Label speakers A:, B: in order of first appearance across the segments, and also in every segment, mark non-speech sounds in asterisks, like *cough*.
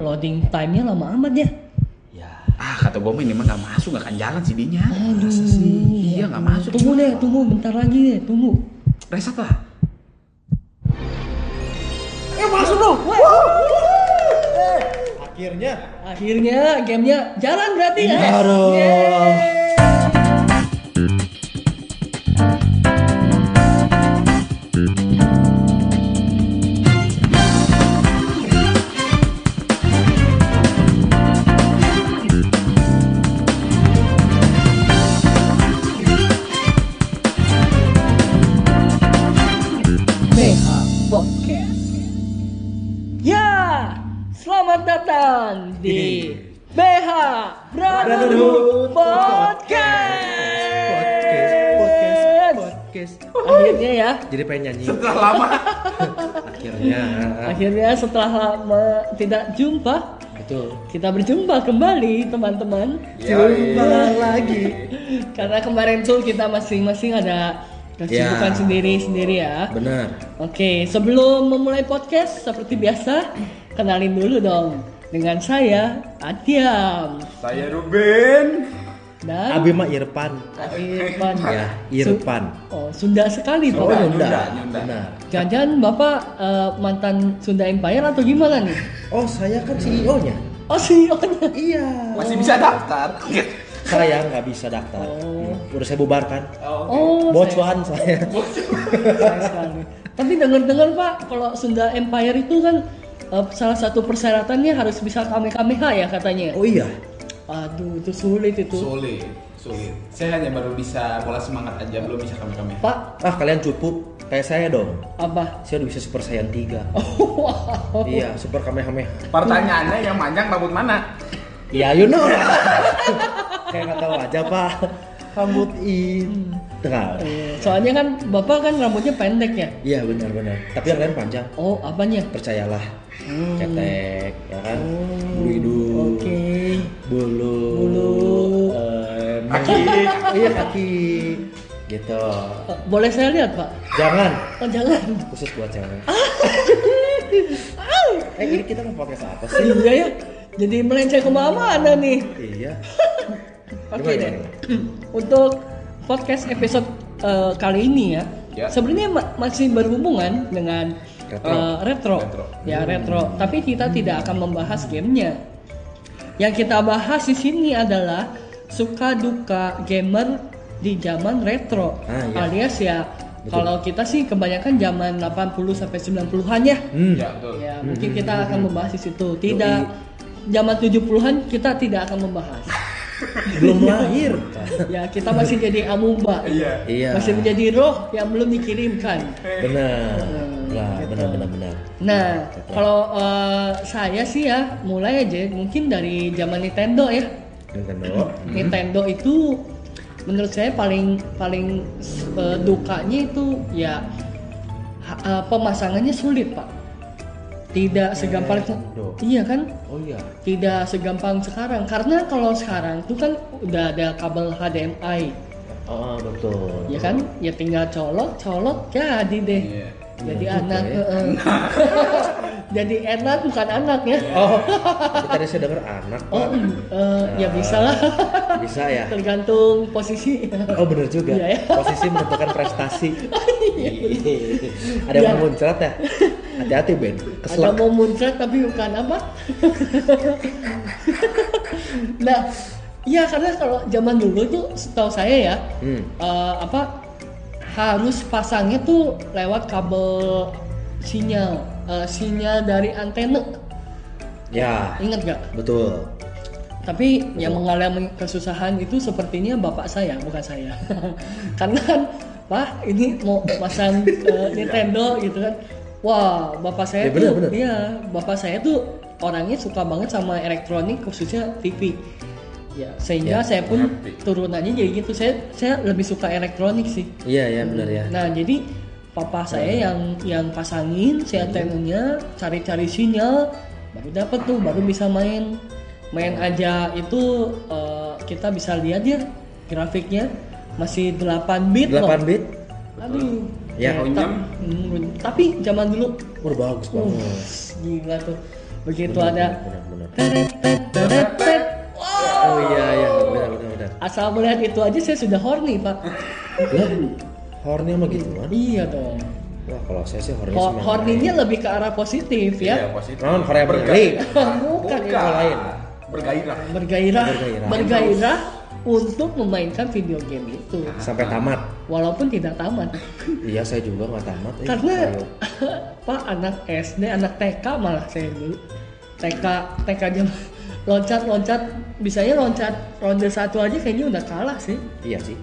A: loading time-nya lama amat ya.
B: Ya. Ah kata gue ini mah nggak masuk nggak akan jalan sih dinya.
A: Aduh.
B: Iya nggak masuk.
A: Tunggu deh, tunggu bentar lagi deh, tunggu.
B: Reset lah.
A: Eh masuk bro.
C: Akhirnya
A: Akhirnya gamenya jalan berarti ya.
C: Iya dong.
A: Yeay. BH Podcast. Ya, selamat datang di BH Brotherhood
C: Brotherhood podcast, podcast,
A: Podcast.
C: podcast.
A: Akhirnya ya,
C: Jadi pengen nyanyi.
B: Setelah *laughs* lama.
C: Akhirnya.
A: akhirnya setelah lama tidak jumpa,
C: Betul. Iya.
A: kita berjumpa kembali teman-teman.
C: Coba lagi.
A: Karena kemarin tuh kita masing-masing ada kesibukan
C: Ya.
A: sendiri-sendiri ya.
C: Benar.
A: Oke, sebelum memulai podcast seperti biasa, kenalin dulu dong dengan saya Atiam
B: Saya Ruben.
A: dan
C: Abi mah Irfan.
A: Irfan.
C: Ya, Irfan.
A: Oh, Sunda sekali
C: Oh,
A: Bapak.
C: Sunda.
B: Nyunda.
C: Benar.
A: Jangan-jangan Bapak eh, mantan Sunda Empire atau gimana nih?
C: Oh, saya kan CEO-nya.
A: Oh, CEO-nya.
C: Iya.
B: Masih bisa daftar.
C: Saya nggak bisa daftar.
A: Oh.
C: Hmm, Udah saya bubarkan.
B: Oh,
A: Oh,
C: Bocuan
A: saya-
C: saya.
A: saya sekali. Tapi dengar-dengar Pak, kalau Sunda Empire itu kan eh, salah satu persyaratannya harus bisa kamehameha ya katanya.
C: Oh iya.
A: Aduh, itu sulit itu.
B: Sulit, sulit. Saya hanya baru bisa bola semangat aja, belum bisa kami kami.
A: Pak,
C: Ah, kalian cukup kayak saya dong.
A: apa?
C: Saya udah bisa Super Saiyan 3.
A: Oh, wow.
C: Iya, Super Kamehameha.
B: Pertanyaannya yang panjang rambut mana?
C: Ya you know lah. Kayak nggak tahu aja pak. Rambut internal.
A: Eh, Soalnya kan Bapak kan rambutnya pendek ya.
C: Iya benar-benar. Tapi yang lain panjang.
A: Oh, apanya?
C: Percayalah.
A: Hmm.
C: Cetek, ya kan. Bulu hidung.
A: Oke.
C: Bulu.
A: Bulu.
C: eh,
A: *laughs*
B: Kaki.
C: iya kaki. Gitu.
A: Eh, Boleh saya lihat, Pak?
C: Jangan.
A: Oh, jangan.
C: Khusus buat cewek. eh ini kita mau podcast apa sih?
A: *laughs* Iya ya. Jadi melenceng ke mana nih?
C: Iya.
A: Oke
C: Gimana,
A: deh.
C: gimana?
A: *clears throat* Untuk podcast episode eh, kali ini ya.
B: Ya.
A: Sebenarnya ma- masih berhubungan dengan
C: Retro. Hmm.
A: eh, retro.
B: Retro.
A: Ya, retro. Tapi kita tidak akan membahas gamenya. Yang kita bahas di sini adalah suka duka gamer di zaman retro.
C: Ah, iya.
A: Alias ya kalau kita sih kebanyakan zaman 80 sampai 90-an ya.
C: Hmm.
B: Ya betul.
A: Ya, mungkin kita akan membahas di situ. Tidak zaman 70-an kita tidak akan membahas.
C: Belum lahir.
A: Ya, kita masih jadi amuba.
B: Iya.
C: Iya.
A: Masih menjadi roh yang belum dikirimkan.
C: benar. Lah,
A: gitu.
C: benar benar benar.
A: Nah,
C: Betul.
A: kalau eh, saya sih ya mulai aja mungkin dari zaman Nintendo ya.
C: Hmm. Nintendo.
A: Nintendo itu menurut saya paling paling eh, dukanya itu ya ha- eh, pemasangannya sulit, Pak. Tidak segampang
C: Nintendo.
A: Iya kan?
C: Oh iya.
A: tidak segampang sekarang karena kalau sekarang tuh kan udah ada kabel HDMI
C: Oh, betul.
A: ya kan ya tinggal colok colok jadi deh
B: Iya.
A: jadi
C: Iya juga
A: anak
C: ya. *laughs*
A: eh, eh. jadi enak bukan anak ya
C: Oh, tadi saya dengar anak. Pak.
A: oh eh, ya bisa
C: *laughs*
A: lah
C: Bisa ya.
A: tergantung posisi
C: Oh bener juga.
A: Iya, ya.
C: Posisi menentukan prestasi.
A: *laughs* Iya.
C: Ada yang muncrat ya. Hati-hati Ben.
A: ada
C: Keselak.
A: mau muncrat tapi bukan apa *laughs* nah ya karena kalau zaman dulu tuh setahu saya ya
C: Hmm.
A: eh, apa harus pasangnya tuh lewat kabel sinyal eh, sinyal dari antena
C: Ya,
A: ingat gak?
C: betul.
A: tapi yang mengalami kesusahan itu sepertinya bapak saya bukan saya *laughs* karena kan pak ini mau
C: *laughs*
A: pasang eh, Nintendo gitu kan wah bapak saya
C: Ya, bener,
A: tuh
C: bener.
A: iya bapak saya tuh orangnya suka banget sama elektronik khususnya TV ya sehingga
C: Ya,
A: saya pun
B: ngerti.
A: turunannya jadi gitu saya saya lebih suka elektronik sih
C: Iya ya benar ya.
A: Nah, jadi papa saya yang yang pasangin si
C: Hmm.
A: antenanya, cari-cari sinyal, baru dapat tuh, baru bisa main. Main
C: Hmm.
A: aja itu eh, kita bisa lihat ya grafiknya masih 8 bit
C: 8
A: loh.
C: bit.
A: Aduh.
C: Ya.
A: Ta-
B: Iya. Konyam.
A: Hmm, tapi zaman dulu
C: Wah bagus
A: uh,
C: banget.
A: *laughs* gila tuh. begitu Gitu
C: Benar,
A: ada
C: benar, benar, benar.
A: teretet, teretet. Wah,
C: Oh iya iya benar benar benar.
A: asal melihat itu aja saya sudah horny pak
C: Hmm. Lah, hornya mah gituan.
A: iya dong
C: Wah, kalau saya sih ya. hornya
A: Ho- horninya lebih ke arah positif ya
B: Iya, positif.
C: Non, Korea
B: Bergairah.
C: Iya.
A: Bukan, itu
C: lain.
B: Bergairah.
A: bergairah
C: Bergairah.
A: bergairah untuk memainkan video game itu
C: sampai tamat.
A: walaupun tidak tamat
C: Iya, saya juga nggak tamat. eh.
A: karena
C: Ayo.
A: *laughs* pak anak SD anak TK malah saya dulu TK TK aja *laughs* loncat loncat bisanya loncat ronde satu aja kayaknya udah kalah sih
C: iya sih.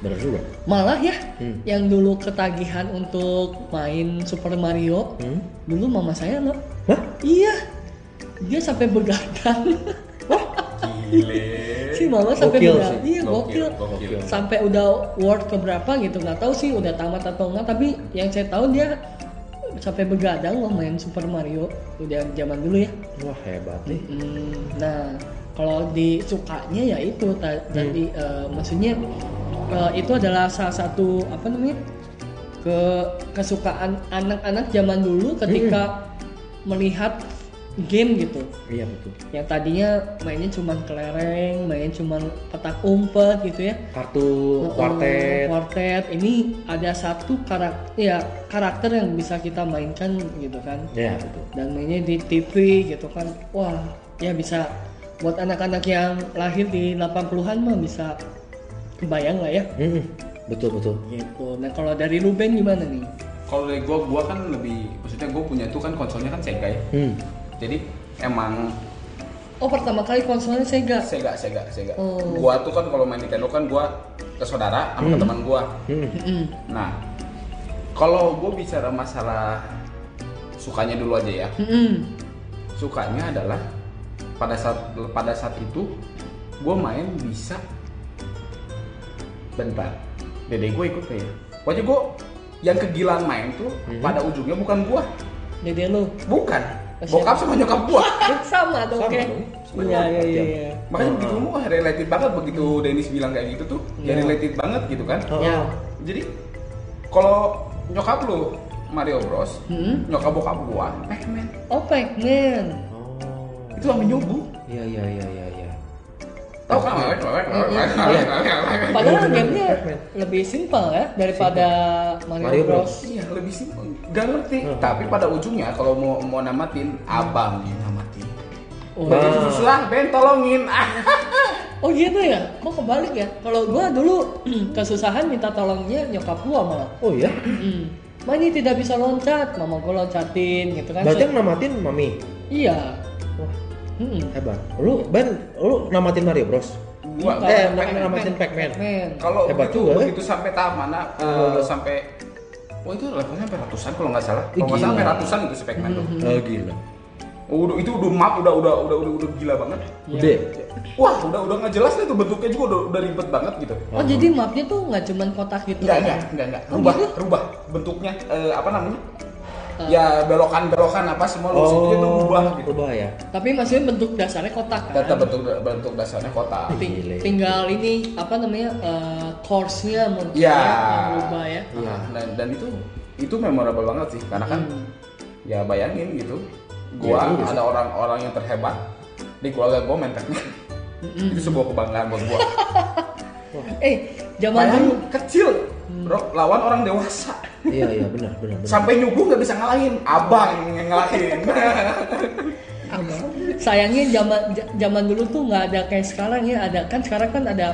C: Benar juga.
A: malah ya
C: Hmm.
A: yang dulu ketagihan untuk main Super Mario
C: Hmm?
A: dulu mama saya loh
C: Hah?
A: iya dia sampai begadang
B: Gile.
A: *laughs* si mama sampai
C: Gokil
A: begadang
C: sih.
A: iya gokil
B: Gokil.
C: Gokil.
A: sampai udah word keberapa gitu nggak tahu sih udah tamat atau enggak tapi yang saya tahu dia sampai begadang loh main Super Mario udah zaman dulu ya
C: Wah, hebat nih.
A: Mm, nah kalau disukanya ya itu ta- tadi eh, maksudnya eh, itu adalah salah satu apa namanya ke kesukaan anak-anak zaman dulu ketika melihat game gitu
C: Iya betul.
A: yang tadinya mainnya cuman kelereng, mainnya cuman petak umpet gitu ya.
C: Kartu
A: Heeh,
C: kuartet.
A: Kuartet ini ada satu karakter ya karakter yang bisa kita mainkan gitu kan.
C: Iya betul.
A: Dan mainnya di TV gitu kan. Wah, ya bisa buat anak-anak yang lahir di 80-an mah bisa kebayang lah ya.
C: Mm-mm. Hmm, Betul betul.
A: Gitu. Nah, kalau dari Ruben gimana nih?
B: Kalau dari gua, gua kan lebih, maksudnya gua punya tuh kan konsolnya kan Sega ya.
C: Hmm.
B: Jadi emang
A: Oh, pertama kali konsolnya
C: *laughs*
A: Sega.
B: Sega, Sega, Sega.
A: Oh.
B: Gua tuh kan kalau main Nintendo kan gua ke saudara sama ke teman gua.
C: Hmm.
A: Mm-mm.
B: Nah, kalau gua bicara masalah sukanya dulu aja ya.
A: Mm-mm.
B: Sukanya adalah pada saat pada saat itu gua main bisa bentar. Dede gue ikut kayak. Pokoknya gua yang kegilaan main tuh pada ujungnya bukan gua,
A: Dede lu.
B: bukan.
A: Siapa?
B: Bokap sama nyokap gua.
A: Eh, sama dong,
C: Sama
A: oke.
C: dong.
A: Iya, iya, iya, iya.
B: Makanya begitu wah related banget begitu Dennis bilang kayak gitu tuh. Ya
A: Iya.
B: related banget gitu kan.
C: Oh.
A: Ya.
B: Jadi kalau nyokap lu Mario Bros,
A: Hmm?
B: nyokap bokap gua, Pac-Man.
A: Oh, Pac-Man.
C: Oh.
B: Itu sampai nyubu.
C: Iya iya iya iya iya.
B: Tahu kan? Pac-Man, Pac-Man, Pac-Man, Pac-Man, Pac-Man.
A: Padahal
C: Iya, Bener,
A: gamenya
C: Pac-Man.
A: lebih simpel ya daripada Mario,
C: Mario Bros.
A: Bros.
B: Iya, lebih simpel. Gak ngerti.
C: Hmm.
B: Tapi pada ujungnya kalau mau mau namatin, abang yang namatin.
A: Oh,
C: Bang.
B: Jadi susah, Ben tolongin. Ah.
A: oh gitu ya? Kok kebalik ya? Kalau gua dulu *clears throat* kesusahan minta tolongnya nyokap gua malah.
C: Oh iya.
A: Mm. Mami tidak bisa loncat, mama gua loncatin gitu kan.
C: Berarti yang namatin mami.
A: Iya. Hmm.
C: Wah,
A: Mm-mm.
C: hebat. Lu Ben, lu namatin Mario Bros.
B: Gua
A: Bukan.
C: Eh,
B: Ben,
C: namatin,
B: Ben,
C: namatin
B: Ben.
C: Pac-Man.
A: Pac-Man.
B: Kalau
C: Hebat
B: begitu,
C: juga, ya.
B: begitu sampai taman, nah, eh,
C: Iya.
B: sampai Oh itu levelnya sampai ratusan kalau nggak salah.
C: Ih,
B: Kalau nggak salah
C: gila.
B: sampai ratusan itu si Pac-Man tuh. Oh,
C: Oh gila.
B: Udah itu udah map udah udah udah udah, udah gila banget.
A: Iya.
C: Gede.
B: Wah, udah udah nggak jelas lah itu bentuknya juga udah, udah ribet banget gitu.
A: Oh, jadi mapnya tuh nggak cuman kotak gitu.
B: Enggak, enggak, enggak, enggak.
A: Oh,
B: Rubah,
A: gitu?
B: rubah bentuknya eh, apa namanya?
C: Eh.
B: Ya belokan-belokan apa semua
C: Oh.
B: lu situ itu rubah gitu.
C: Ubah ya.
A: Tapi maksudnya bentuk dasarnya kotak kan.
B: Data bentuk bentuk dasarnya kotak.
A: Ting-
C: Gile.
A: tinggal ini apa namanya eh, course-nya
C: Iya.
A: mungkin
B: Ya.
A: yang berubah ya.
B: Iya. Dan, dan itu itu memorable banget sih karena kan
A: Hmm.
B: ya bayangin gitu.
C: Iya
B: Gua
C: juga sih.
B: ada orang-orang yang terhebat di keluarga gua main Pac-Man.
A: Hmm.
B: itu sebuah kebanggaan buat gua.
A: Eh, zaman dulu Hmm.
B: Bayangin kecil, bro, lawan orang dewasa.
C: Iya iya benar benar benar.
B: Sampai nyuguh nggak bisa ngalahin, abang
A: *laughs*
B: yang ngalahin.
A: Abang. Sayangnya zaman ja- zaman dulu tuh nggak ada kayak sekarang ya. Ada kan sekarang kan ada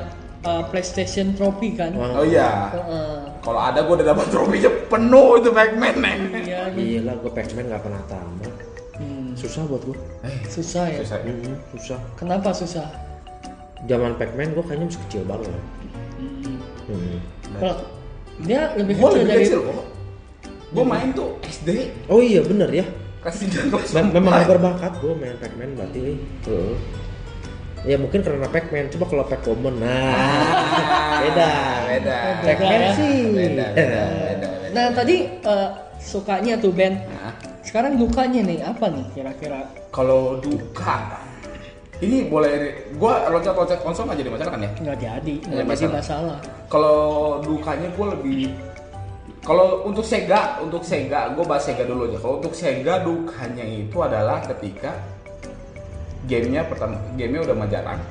A: uh, PlayStation Trophy kan.
C: Wah.
B: oh iya.
A: Heeh.
B: Kalau ada gue udah dapat trofinya penuh itu Pac-Man neng.
A: Iya,
C: Gila, gue Pac-Man gak pernah tamat.
B: Mm-hmm.
A: Hmm,
C: Susah buat gue.
A: susah ya.
B: Susah. Iya.
C: Hmm, susah.
A: Kenapa susah?
C: Zaman Pac-Man gue kayaknya masih kecil banget.
A: Hmm.
B: Mm-hmm.
C: Hmm.
A: Kalau dia lebih
B: Gue
A: kecil
B: lebih
A: dari
B: kecil kok. Gue main tuh SD
C: Oh iya bener ya.
B: kelas tiga kelas
C: Mem-
B: empat.
C: memang berbakat gue main Pac-Man berarti. eh. Heeh. Ya mungkin karena Pac-Man. Coba kalau Pac-Woman. Nah.
B: Ah,
C: Beda. kan? Iya.
B: beda.
C: Pac-Man
A: Beda,
C: sih.
B: Beda, beda, beda, beda.
A: Nah tadi eh, sukanya tuh Ben.
B: Nah,
A: Sekarang dukanya nih apa nih kira-kira?
B: kalau duka, ini boleh gue loncat-loncat konsol nggak jadi masalah kan ya?
A: Nggak jadi, nggak jadi
B: Nggak masalah.
A: masalah.
B: Kalau dukanya gue lebih Kalau untuk Sega, untuk Sega, gue bahas Sega dulu aja. Kalau untuk Sega dukanya itu adalah ketika gamenya pertama, gamenya udah mah jarang.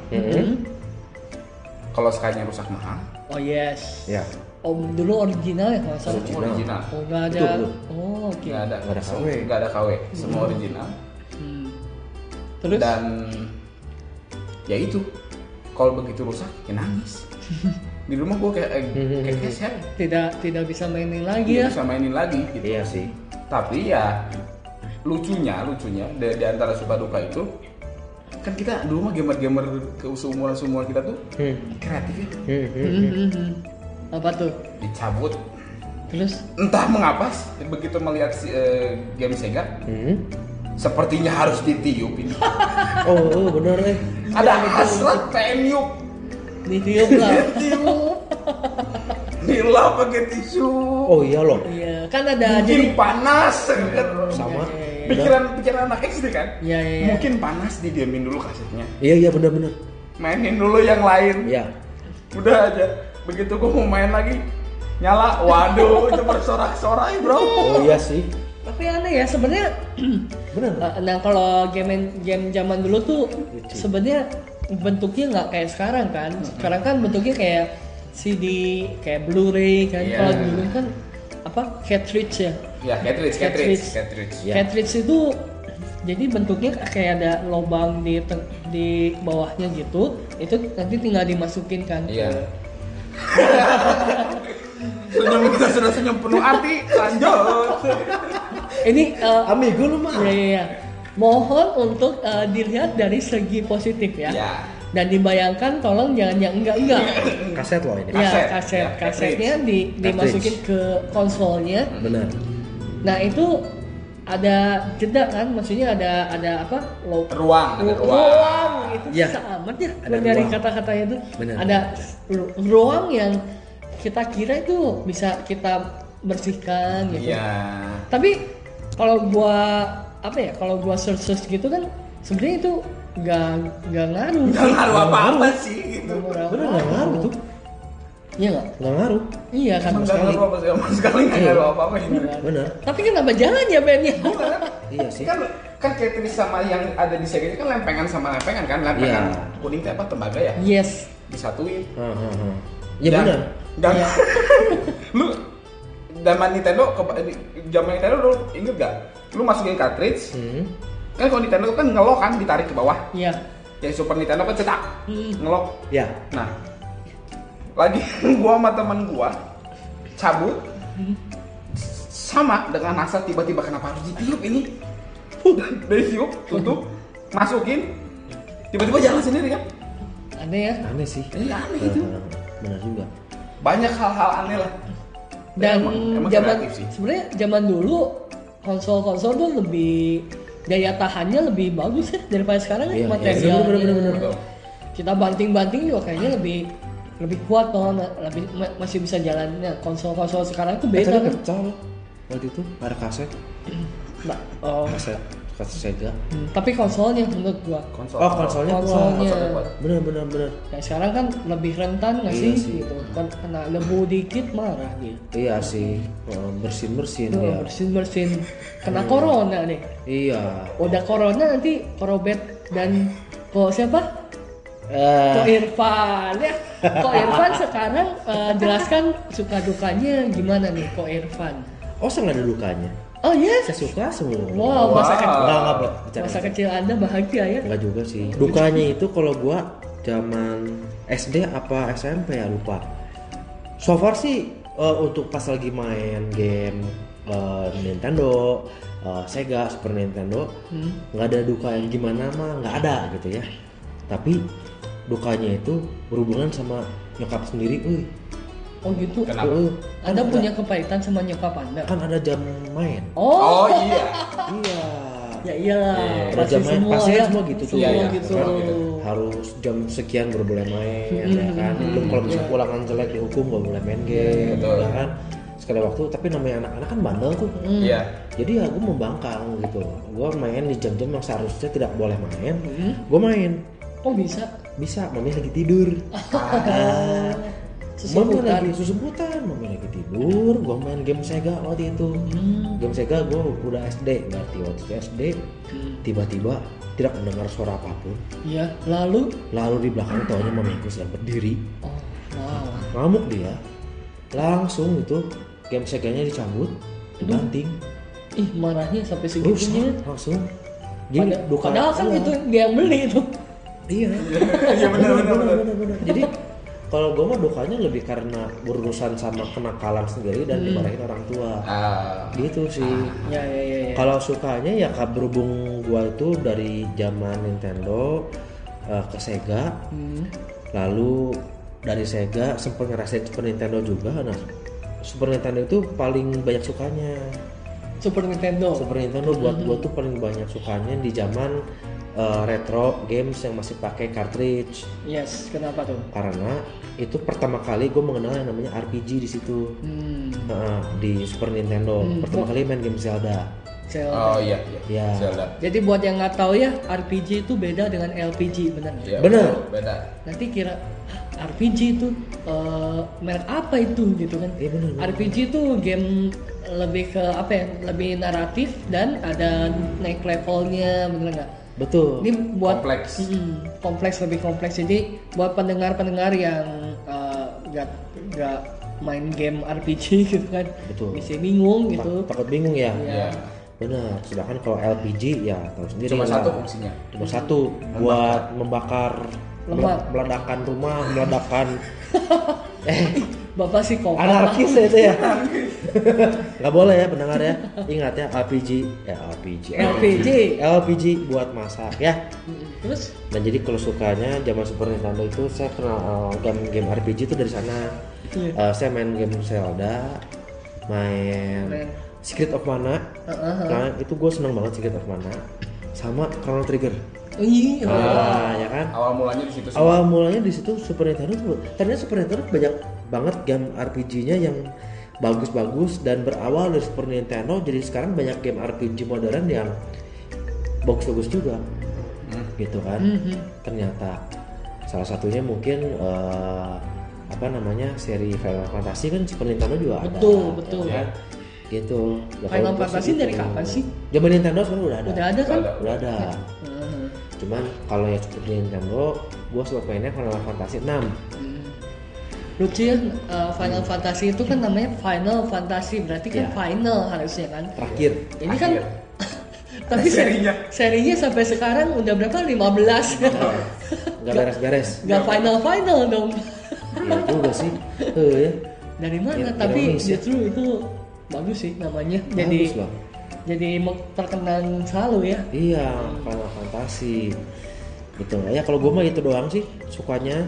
B: Kalau sekalinya rusak mahal,
A: Hmm? Oh yes.
C: Ya.
A: Om dulu original ya kalau nggak salah.
B: semua Iya. original.
A: Oh nggak ada.
C: Itu dulu.
A: Oh oke.
B: Nggak ada,
C: Nggak ada KW.
B: nggak ada KW, semua original.
A: Hmm. Terus
B: Dan ya itu, kalau begitu rusak, ya
A: *laughs*
B: nangis. Di rumah gue kayak eh,
A: Hmm.
B: kayak keser,
A: tidak tidak bisa mainin lagi ya.
B: nggak bisa mainin lagi gitu.
C: Iya sih.
B: tapi ya lucunya lucunya di, di antara suka duka itu kan kita dulu mah gamer-gamer ke seumuran seumuran kita tuh kreatifnya iya.
A: Hmm, hmm, hmm. Apa tuh?
B: dicabut
A: Terus
B: entah mengapa begitu melihat si, eh, game Sega sepertinya harus
A: *laughs*
B: ditiupin
C: Hmm. Oh, oh, bener eh.
B: ada hasrat pengen niup
A: ditiup
B: *laughs*
A: lah.
B: ditiup dilap pakai tisu
C: Oh iya loh.
A: Iya, kan ada jadi.
B: mungkin panas kan?
C: Sama.
B: pikiran pikiran anak SD kan
A: Iya, iya, iya.
B: mungkin panas didiamin dulu kasetnya
C: Iya iya bener-bener.
B: mainin dulu yang lain
C: Iya.
B: udah aja begitu gue mau main lagi nyala waduh itu bersorak-sorai bro
C: Oh iya sih.
A: Tapi aneh ya sebenarnya.
B: *clears throat*
C: Bener.
A: eh, nah kalau game game zaman dulu tuh
C: Lucu.
A: sebenarnya bentuknya nggak kayak sekarang kan. Sekarang kan bentuknya kayak CD, kayak Blu-ray kan.
B: Iya.
A: Kalau dulu kan apa cartridge ya.
B: ya
A: Cartridge.
B: cartridge cartridge cartridge
C: Iya.
A: Cartridge itu jadi bentuknya kayak ada lubang di teng- di bawahnya gitu. Itu nanti tinggal dimasukin kan.
B: iya senyum kita sudah senyum penuh arti lanjut
A: Ini eh,
C: Amigo lu mah.
A: Iya iya iya. Mohon untuk eh, dilihat dari segi positif ya.
B: ya
A: Dan dibayangkan tolong jangan yang enggak enggak.
C: Kaset loh ini.
A: Ya
B: Iya. Kaset.
A: kaset
B: Ya,
A: kasetnya di- dimasukin ke konsolnya.
C: Bener.
A: Nah itu ada jeda kan? Maksudnya ada ada apa? Low
B: ruang ada ruang
A: ruang itu
C: Iya.
A: susah amat ya
C: Ada
A: mencari
C: ruang.
A: kata-katanya itu
C: Benar.
A: ada ru- ruang yang kita kira itu bisa kita bersihkan gitu
B: iya
A: tapi kalau gua apa ya kalau gua search search gitu kan sebenarnya itu nggak nggak ngaruh
B: nggak ngaruh apa-apa sih gitu
C: Bener nggak ngaruh tuh.
A: iya nggak
C: Nggak ngaruh.
A: iya kan
B: nggak ngaruh apa sama sekali nggak ngaruh apa-apa gitu. ini
C: Bener.
A: tapi kenapa jalan ya bandnya
C: Iya sih.
B: kan kan cartridge sama yang ada di Sega itu kan lempengan sama lempengan kan lempengan
C: Iya.
B: kuning itu apa tembaga ya
A: yes
B: disatuin
C: Hahaha. Iya
B: Dan-
C: bener.
B: Dan *laughs* lu zaman Nintendo ke zaman Nintendo lu inget gak? Lu masukin cartridge,
C: Hmm.
B: kan kalau Nintendo kan ngelok kan ditarik ke bawah.
A: iya
B: Ya Super Nintendo kan cetak,
A: Hmm.
B: ngelok.
C: Ya.
B: Nah, lagi *laughs* gua sama teman gua cabut sama dengan NASA tiba-tiba kenapa harus ditiup ini? *laughs* Dari tiup, tutup, masukin, tiba-tiba jalan sendiri kan?
A: aneh ya
C: Aneh sih.
B: Ini Iya, aneh itu.
C: Bener juga.
B: Banyak hal-hal aneh lah.
A: dan
B: Emang- emang
A: zaman
B: kreatif sih.
A: sebenarnya zaman dulu konsol-konsol tuh lebih daya tahannya lebih bagus ya daripada sekarang
C: Iya,
A: ya
C: iya.
A: material
C: Bener, bener, bener,
B: bener.
A: kita banting-banting juga kayaknya lebih lebih kuat loh ma- lebih ma- masih bisa jalannya konsol-konsol sekarang tuh beda
C: Acara
A: kan
C: kecil loh. Waktu itu ada kaset.
A: Nah, oh.
C: Kaset. Kaset Sega.
A: Hmm, tapi konsolnya menurut gua
B: Konsol.
C: Oh konsolnya kuat.
A: konsolnya
B: konsolnya kuat.
C: Bener bener bener.
A: Kayak sekarang kan lebih rentan nggak
C: Iya
A: sih,
C: sih.
A: gitu kan kena debu dikit marah gitu. dia
C: Iya sih. Bersin bersin
A: Tuh,
C: ya.
A: Oh, bersin bersin kena corona nih
C: Iya.
A: udah corona nanti korobet dan kok siapa
C: Eh,
A: Kok Irfan ya? Kok Irfan sekarang eh, jelaskan suka dukanya gimana nih Kok Irfan?
C: oh sangat ada dukanya.
A: Oh yes.
C: Saya suka semua.
A: Wow, masa
B: Wow.
A: kecil,
C: Oh, Enggak enggak bercanda.
A: masa kecil Anda bahagia ya?
C: Enggak juga sih. Dukanya itu kalau gua zaman SD apa SMP ya lupa. So far sih eh, untuk pas lagi main game eh, Nintendo, eh, Sega, Super Nintendo, nggak ada duka yang gimana mah nggak ada gitu ya. Tapi dukanya itu berhubungan sama nyokap sendiri, Uy.
A: Oh gitu.
B: Kenapa?
C: Uy,
A: Anda punya kepahitan sama nyokap Anda?
C: kan ada jam main.
A: Oh,
B: Oh iya.
C: Iya.
A: ya iyalah. ya.
B: Iya,
C: ada jam main. Pasti kan semua gitu tuh.
A: Semua
B: Iya, iya,
A: gitu.
B: semua gitu.
C: harus jam sekian baru boleh main ya kan belum kalau misalnya ulangan jelek dihukum gak boleh main game
B: Betul.
C: ya kan sekali waktu tapi namanya anak-anak kan bandel tuh
B: Iya.
C: jadi ya gue membangkang gitu gue main di jam-jam yang seharusnya tidak boleh main gue main
A: Oh Hmm? bisa.
C: bisa mami lagi tidur Ah, Mama
A: Sesemputan.
C: lagi susuputan, mama lagi tidur, gua main game Sega waktu itu.
A: Hmm.
C: Game Sega gua udah SD, berarti waktu itu SD
A: Hmm.
C: tiba-tiba tidak mendengar suara apapun.
A: Ya, lalu
C: Lalu di belakang taunya mamiku sedang berdiri,
A: oh, wow.
C: ngamuk dia. Langsung itu game Seganya dicabut, dibanting,
A: Ih, marahnya sampai segitunya.
C: rusak langsung. Jadi
A: Pada-
C: duka
A: padahal kan
C: iya.
A: itu dia yang beli itu.
C: Iya.
B: Iya benar benar benar.
C: benar. Jadi kalau gue mah dukanya lebih karena berurusan sama kenakalan sendiri dan dimarahin orang tua.
B: Ah,
C: Gitu sih.
A: Ya, ya, ya, ya.
C: Kalau sukanya ya kak, berhubung gua itu dari zaman Nintendo eh, ke Sega,
A: Hmm.
C: lalu dari Sega sempat ngerasain Super Nintendo juga. Nah, Super Nintendo itu paling banyak sukanya.
A: Super Nintendo.
C: Super Nintendo buat gua tuh paling banyak sukanya di zaman eh, retro games yang masih pakai cartridge.
A: Yes, kenapa tuh?
C: karena itu pertama kali gue mengenal yang namanya RPG di situ
A: Hmm.
C: Heeh, di Super Nintendo pertama kali main game Zelda
A: Zelda.
B: oh iya iya.
C: Iya.
B: Zelda.
A: Jadi buat yang nggak tahu ya, RPG itu beda dengan LPG, benar nggak?
B: Iya,
C: Benar.
B: Benar.
A: Nanti kira "Hah, RPG itu eh, merek apa itu gitu kan?
C: Iya bener
A: RPG itu game lebih ke apa ya? Lebih naratif dan ada naik levelnya, bener nggak?
C: betul
A: Ini buat
B: Kompleks.
A: Mm, kompleks lebih kompleks. Jadi buat pendengar-pendengar yang eh, nggak nggak main game RPG *laughs* gitu kan,
C: Betul.
A: bisa bingung
C: Ta-
A: gitu.
C: takut bingung ya
B: Iya.
C: benar sedangkan kalau LPG ya tahu sendiri
B: Cuma
C: lah.
B: satu fungsinya.
C: cuma satu buat membakar
A: Lemak.
C: mele- meledakan rumah meledakan
A: Bapak sih kok.
C: anarkis ya itu ya *laughs* nggak boleh ya pendengar ya ingat ya RPG ya RPG
A: RPG.
C: LPG buat masak ya
A: Mm, Terus
C: Nah jadi kalau sukanya zaman Super Nintendo itu saya kenal uh, game game RPG itu dari sana.
A: Iya.
C: Uh, saya main game Zelda, main
A: Main.
C: Secret of Mana.
A: Heeh.
C: Nah itu gue seneng banget Secret of Mana sama Chrono Trigger.
A: Ih,
C: Nah, ya kan.
B: Awal mulanya di situ. semua.
C: Awal mulanya di situ Super Nintendo tuh ternyata Super Nintendo banyak banget game RPG-nya yang bagus-bagus dan berawal dari Super Nintendo jadi sekarang banyak game RPG modern yang bagus-bagus juga gitu kan
A: Hmm,
C: ternyata salah satunya mungkin eh, apa namanya seri Final Fantasy kan Super Nintendo juga ada
A: Betul, betul.
C: ya kan? gitu Ya,
A: Final
C: kalau gua
A: Fantasy
C: gitu.
A: dari kapan sih?
C: zaman Nintendo sebenarnya udah ada
A: udah ada kan? Hmm,
C: udah ada
A: Heeh.
C: cuman kalau yang Super Nintendo gua selalu mainnya Final Fantasy 6
A: Hmm. Lucu ya, eh, Final
C: Hmm.
A: Fantasy itu kan namanya Final Fantasy, berarti kan
C: Ya.
A: final harusnya kan?
C: terakhir Iya.
A: Ini kan,
B: Akhir.
A: *laughs* tapi seri-
B: Serinya.
A: serinya sampai sekarang udah berapa? 15 *laughs*
C: nggak beres-beres
A: Gak final-final dong
C: iya juga sih Eh, ya.
A: Dari
C: Ya,
A: mana?
C: ironis
A: tapi
C: ya.
A: justru itu bagus sih namanya Jadi
C: bagus bang
A: jadi terkenang selalu ya
C: Iya, Final Fantasy. Gitu. Ya kalau gue mah itu doang sih sukanya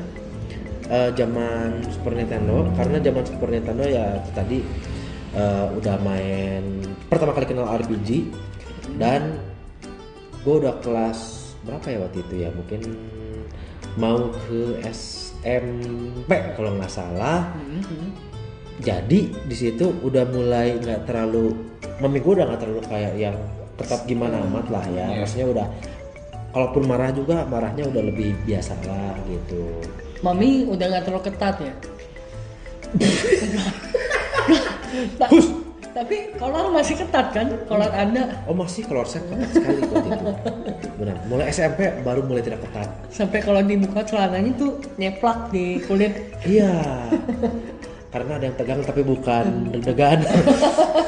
C: eh, zaman Super Nintendo karena zaman Super Nintendo ya itu tadi eh, udah main pertama kali kenal RPG dan gue udah kelas berapa ya waktu itu ya mungkin mau ke SMP kalau nggak salah
A: Mhm.
C: jadi di situ udah mulai nggak terlalu mami gue udah nggak terlalu kayak yang ketat gimana amat lah
B: Iya.
C: ya maksudnya udah kalaupun marah juga marahnya udah lebih biasa lah gitu
A: Mami udah gak terlalu ketat
C: *laughs*
A: ya? Ta- Nah, tapi kolor masih ketat kan? Kolor anda
C: oh masih kalau saya ketat sekali waktu itu benar mulai SMP baru mulai tidak ketat
A: sampai kalau dibuka celananya tuh nyeplak di kulit *laughs*
C: iya karena ada yang tegang tapi bukan deg-degan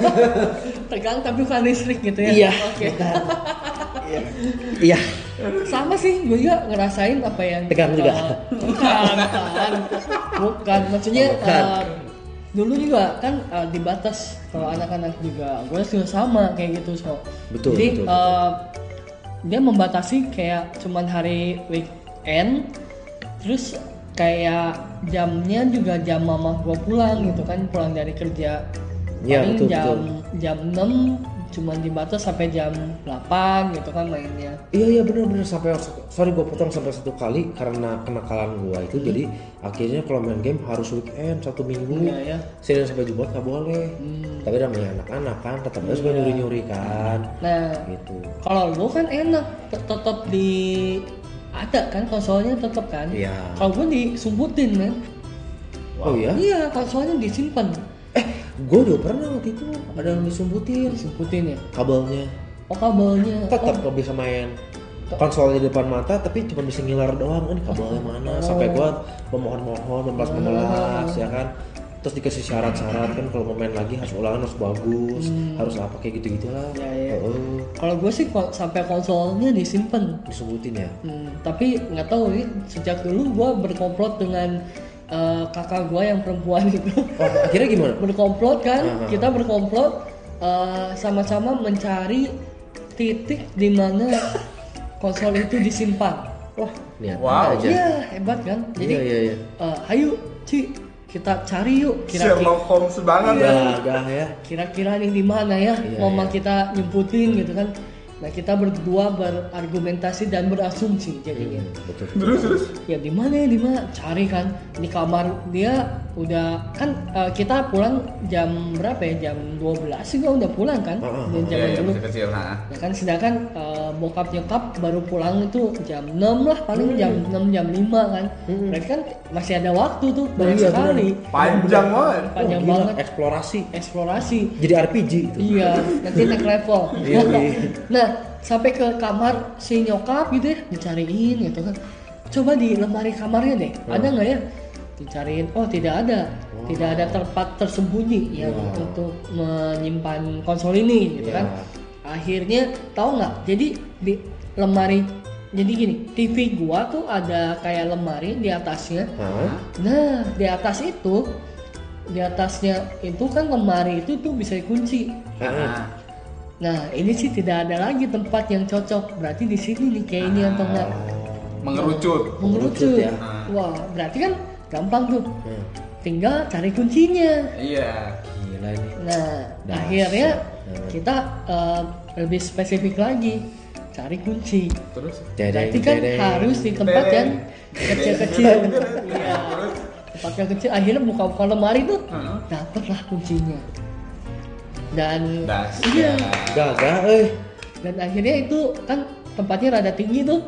C: *laughs*
A: tegang tapi bukan listrik gitu ya?
C: iya
A: Oke.
C: bukan. iya
A: Sama sih, gue juga ngerasain apa yang
C: Tegang juga?
A: Eh, bukan, bukan, bukan. Maksudnya
C: Oh, bukan.
A: eh, dulu juga kan eh, dibatas kalau anak-anak juga, gue juga sama kayak gitu so.
C: Betul,
A: Jadi
C: betul, betul.
A: eh, dia membatasi kayak cuman hari weekend, terus kayak jamnya juga jam mama gue pulang gitu kan, pulang dari kerja.
C: Iya,
A: Paling
C: betul,
A: jam
C: betul.
A: jam 6 cuman dibatas sampai jam 8 gitu kan mainnya.
C: Iya iya benar-benar sampai sorry gue potong sampai satu kali karena kenakalan gue itu jadi akhirnya kalau main game harus weekend satu minggu
A: Iya, Hmm. ya.
C: Senin sampai Jumat nggak boleh tapi namanya anak-anak kan tetap harus
A: Iya.
C: suka nyuri nyuri kan
A: Nah,
C: gitu
A: kalau lu kan enak te- tetep di ada kan konsolnya tetep kan
C: Iya.
A: kalau gue disumbutin men
C: Oh iya?
A: Iya, konsolnya disimpan,
C: Eh, gue udah pernah waktu itu ada yang disumputin
A: disimputin ya.
C: kabelnya.
A: Oh kabelnya. Oh,
C: Tetap nggak bisa main konsolnya di depan mata tapi cuma bisa ngiler doang kan kabelnya mana sampai
A: Oh.
C: gua memohon-mohon memelas memelas ya kan terus dikasih syarat-syarat kan kalau mau main lagi harus ulangan harus bagus harus apa kayak gitu gitulah
A: Ya, Hmm. ya.
C: oh,
A: kalau gue sih kon- sampai konsolnya disimpan.
C: disebutin ya
A: Hmm, tapi nggak tahu nih sejak dulu gue berkomplot dengan eh, kakak gue yang perempuan itu
C: oh akhirnya gimana
A: berkomplot kan kita berkomplot eh, sama-sama mencari titik di mana konsol itu disimpan wah
C: niat
B: Wow.
C: aja
A: iya hebat kan
C: iya
A: jadi
C: iya iya
A: eh, ayo Ci kita cari yuk kira-kira Iya.
B: Sherlock Holmes banget
C: ya
B: ya.
C: dah ya
A: kira-kira nih di mana ya
C: Iya,
A: mama
C: iya.
A: kita nyemputin gitu kan nah kita berdua berargumentasi dan berasumsi jadinya
C: betul
B: Terus terus.
A: ya di mana ya di mana cari kan di kamar dia udah kan eh, kita pulang jam berapa ya jam 12 juga udah pulang kan
C: Heeh,
A: dan
B: Iya,
A: zaman
B: iya,
A: dulu
B: masih kecil. Nah.
A: ya kan sedangkan eh, bokap nyokap baru pulang itu jam 6 lah paling
C: Hmm.
A: jam 6 jam 5 kan mereka kan masih ada waktu tuh banyak
C: Iya,
A: sekali
B: Panjang banget.
A: panjang
C: Wah, Oh, gila,
A: banget
C: eksplorasi
A: eksplorasi
C: jadi RPG itu
A: Iya, nanti naik level.
C: Iya.
A: nah, sampai ke kamar si nyokap gitu ya, dicariin gitu kan. Coba di lemari kamarnya deh,
C: Oh.
A: ada nggak ya? Dicariin, oh tidak ada, tidak ada tempat tersembunyi yang untuk menyimpan konsol ini gitu
C: Iya.
A: kan. Akhirnya tahu nggak? Jadi di lemari, jadi gini, TV gua tuh ada kayak lemari di atasnya.
C: Hah?
A: Nah, di atas itu, di atasnya itu kan lemari itu tuh bisa dikunci.
B: Nah.
A: Nah, ini sih tidak ada lagi tempat yang cocok. Berarti di sini nih kayaknya atau enggak
B: Mengerucut.
A: mengerucut.
C: Ah, ya.
A: Wah, berarti kan gampang tuh.
C: Hmm.
A: Tinggal cari kuncinya.
B: Iya.
C: Oh, gila ini
A: Nah,
C: Dasar.
A: akhirnya
C: Hmm.
A: kita eh, lebih spesifik lagi cari kunci.
B: Terus.
A: Berarti kan
C: Dedeng.
A: harus di tempat yang
B: Tereng. *laughs*
A: kecil-kecil.
B: Iya. Terus.
A: tempat yang kecil akhirnya buka-buka lemari tuh
B: Heeh.
A: dapatlah kuncinya. Dan
B: Dasar.
A: Iya.
C: gagah eh
A: dan akhirnya itu kan tempatnya rada tinggi tuh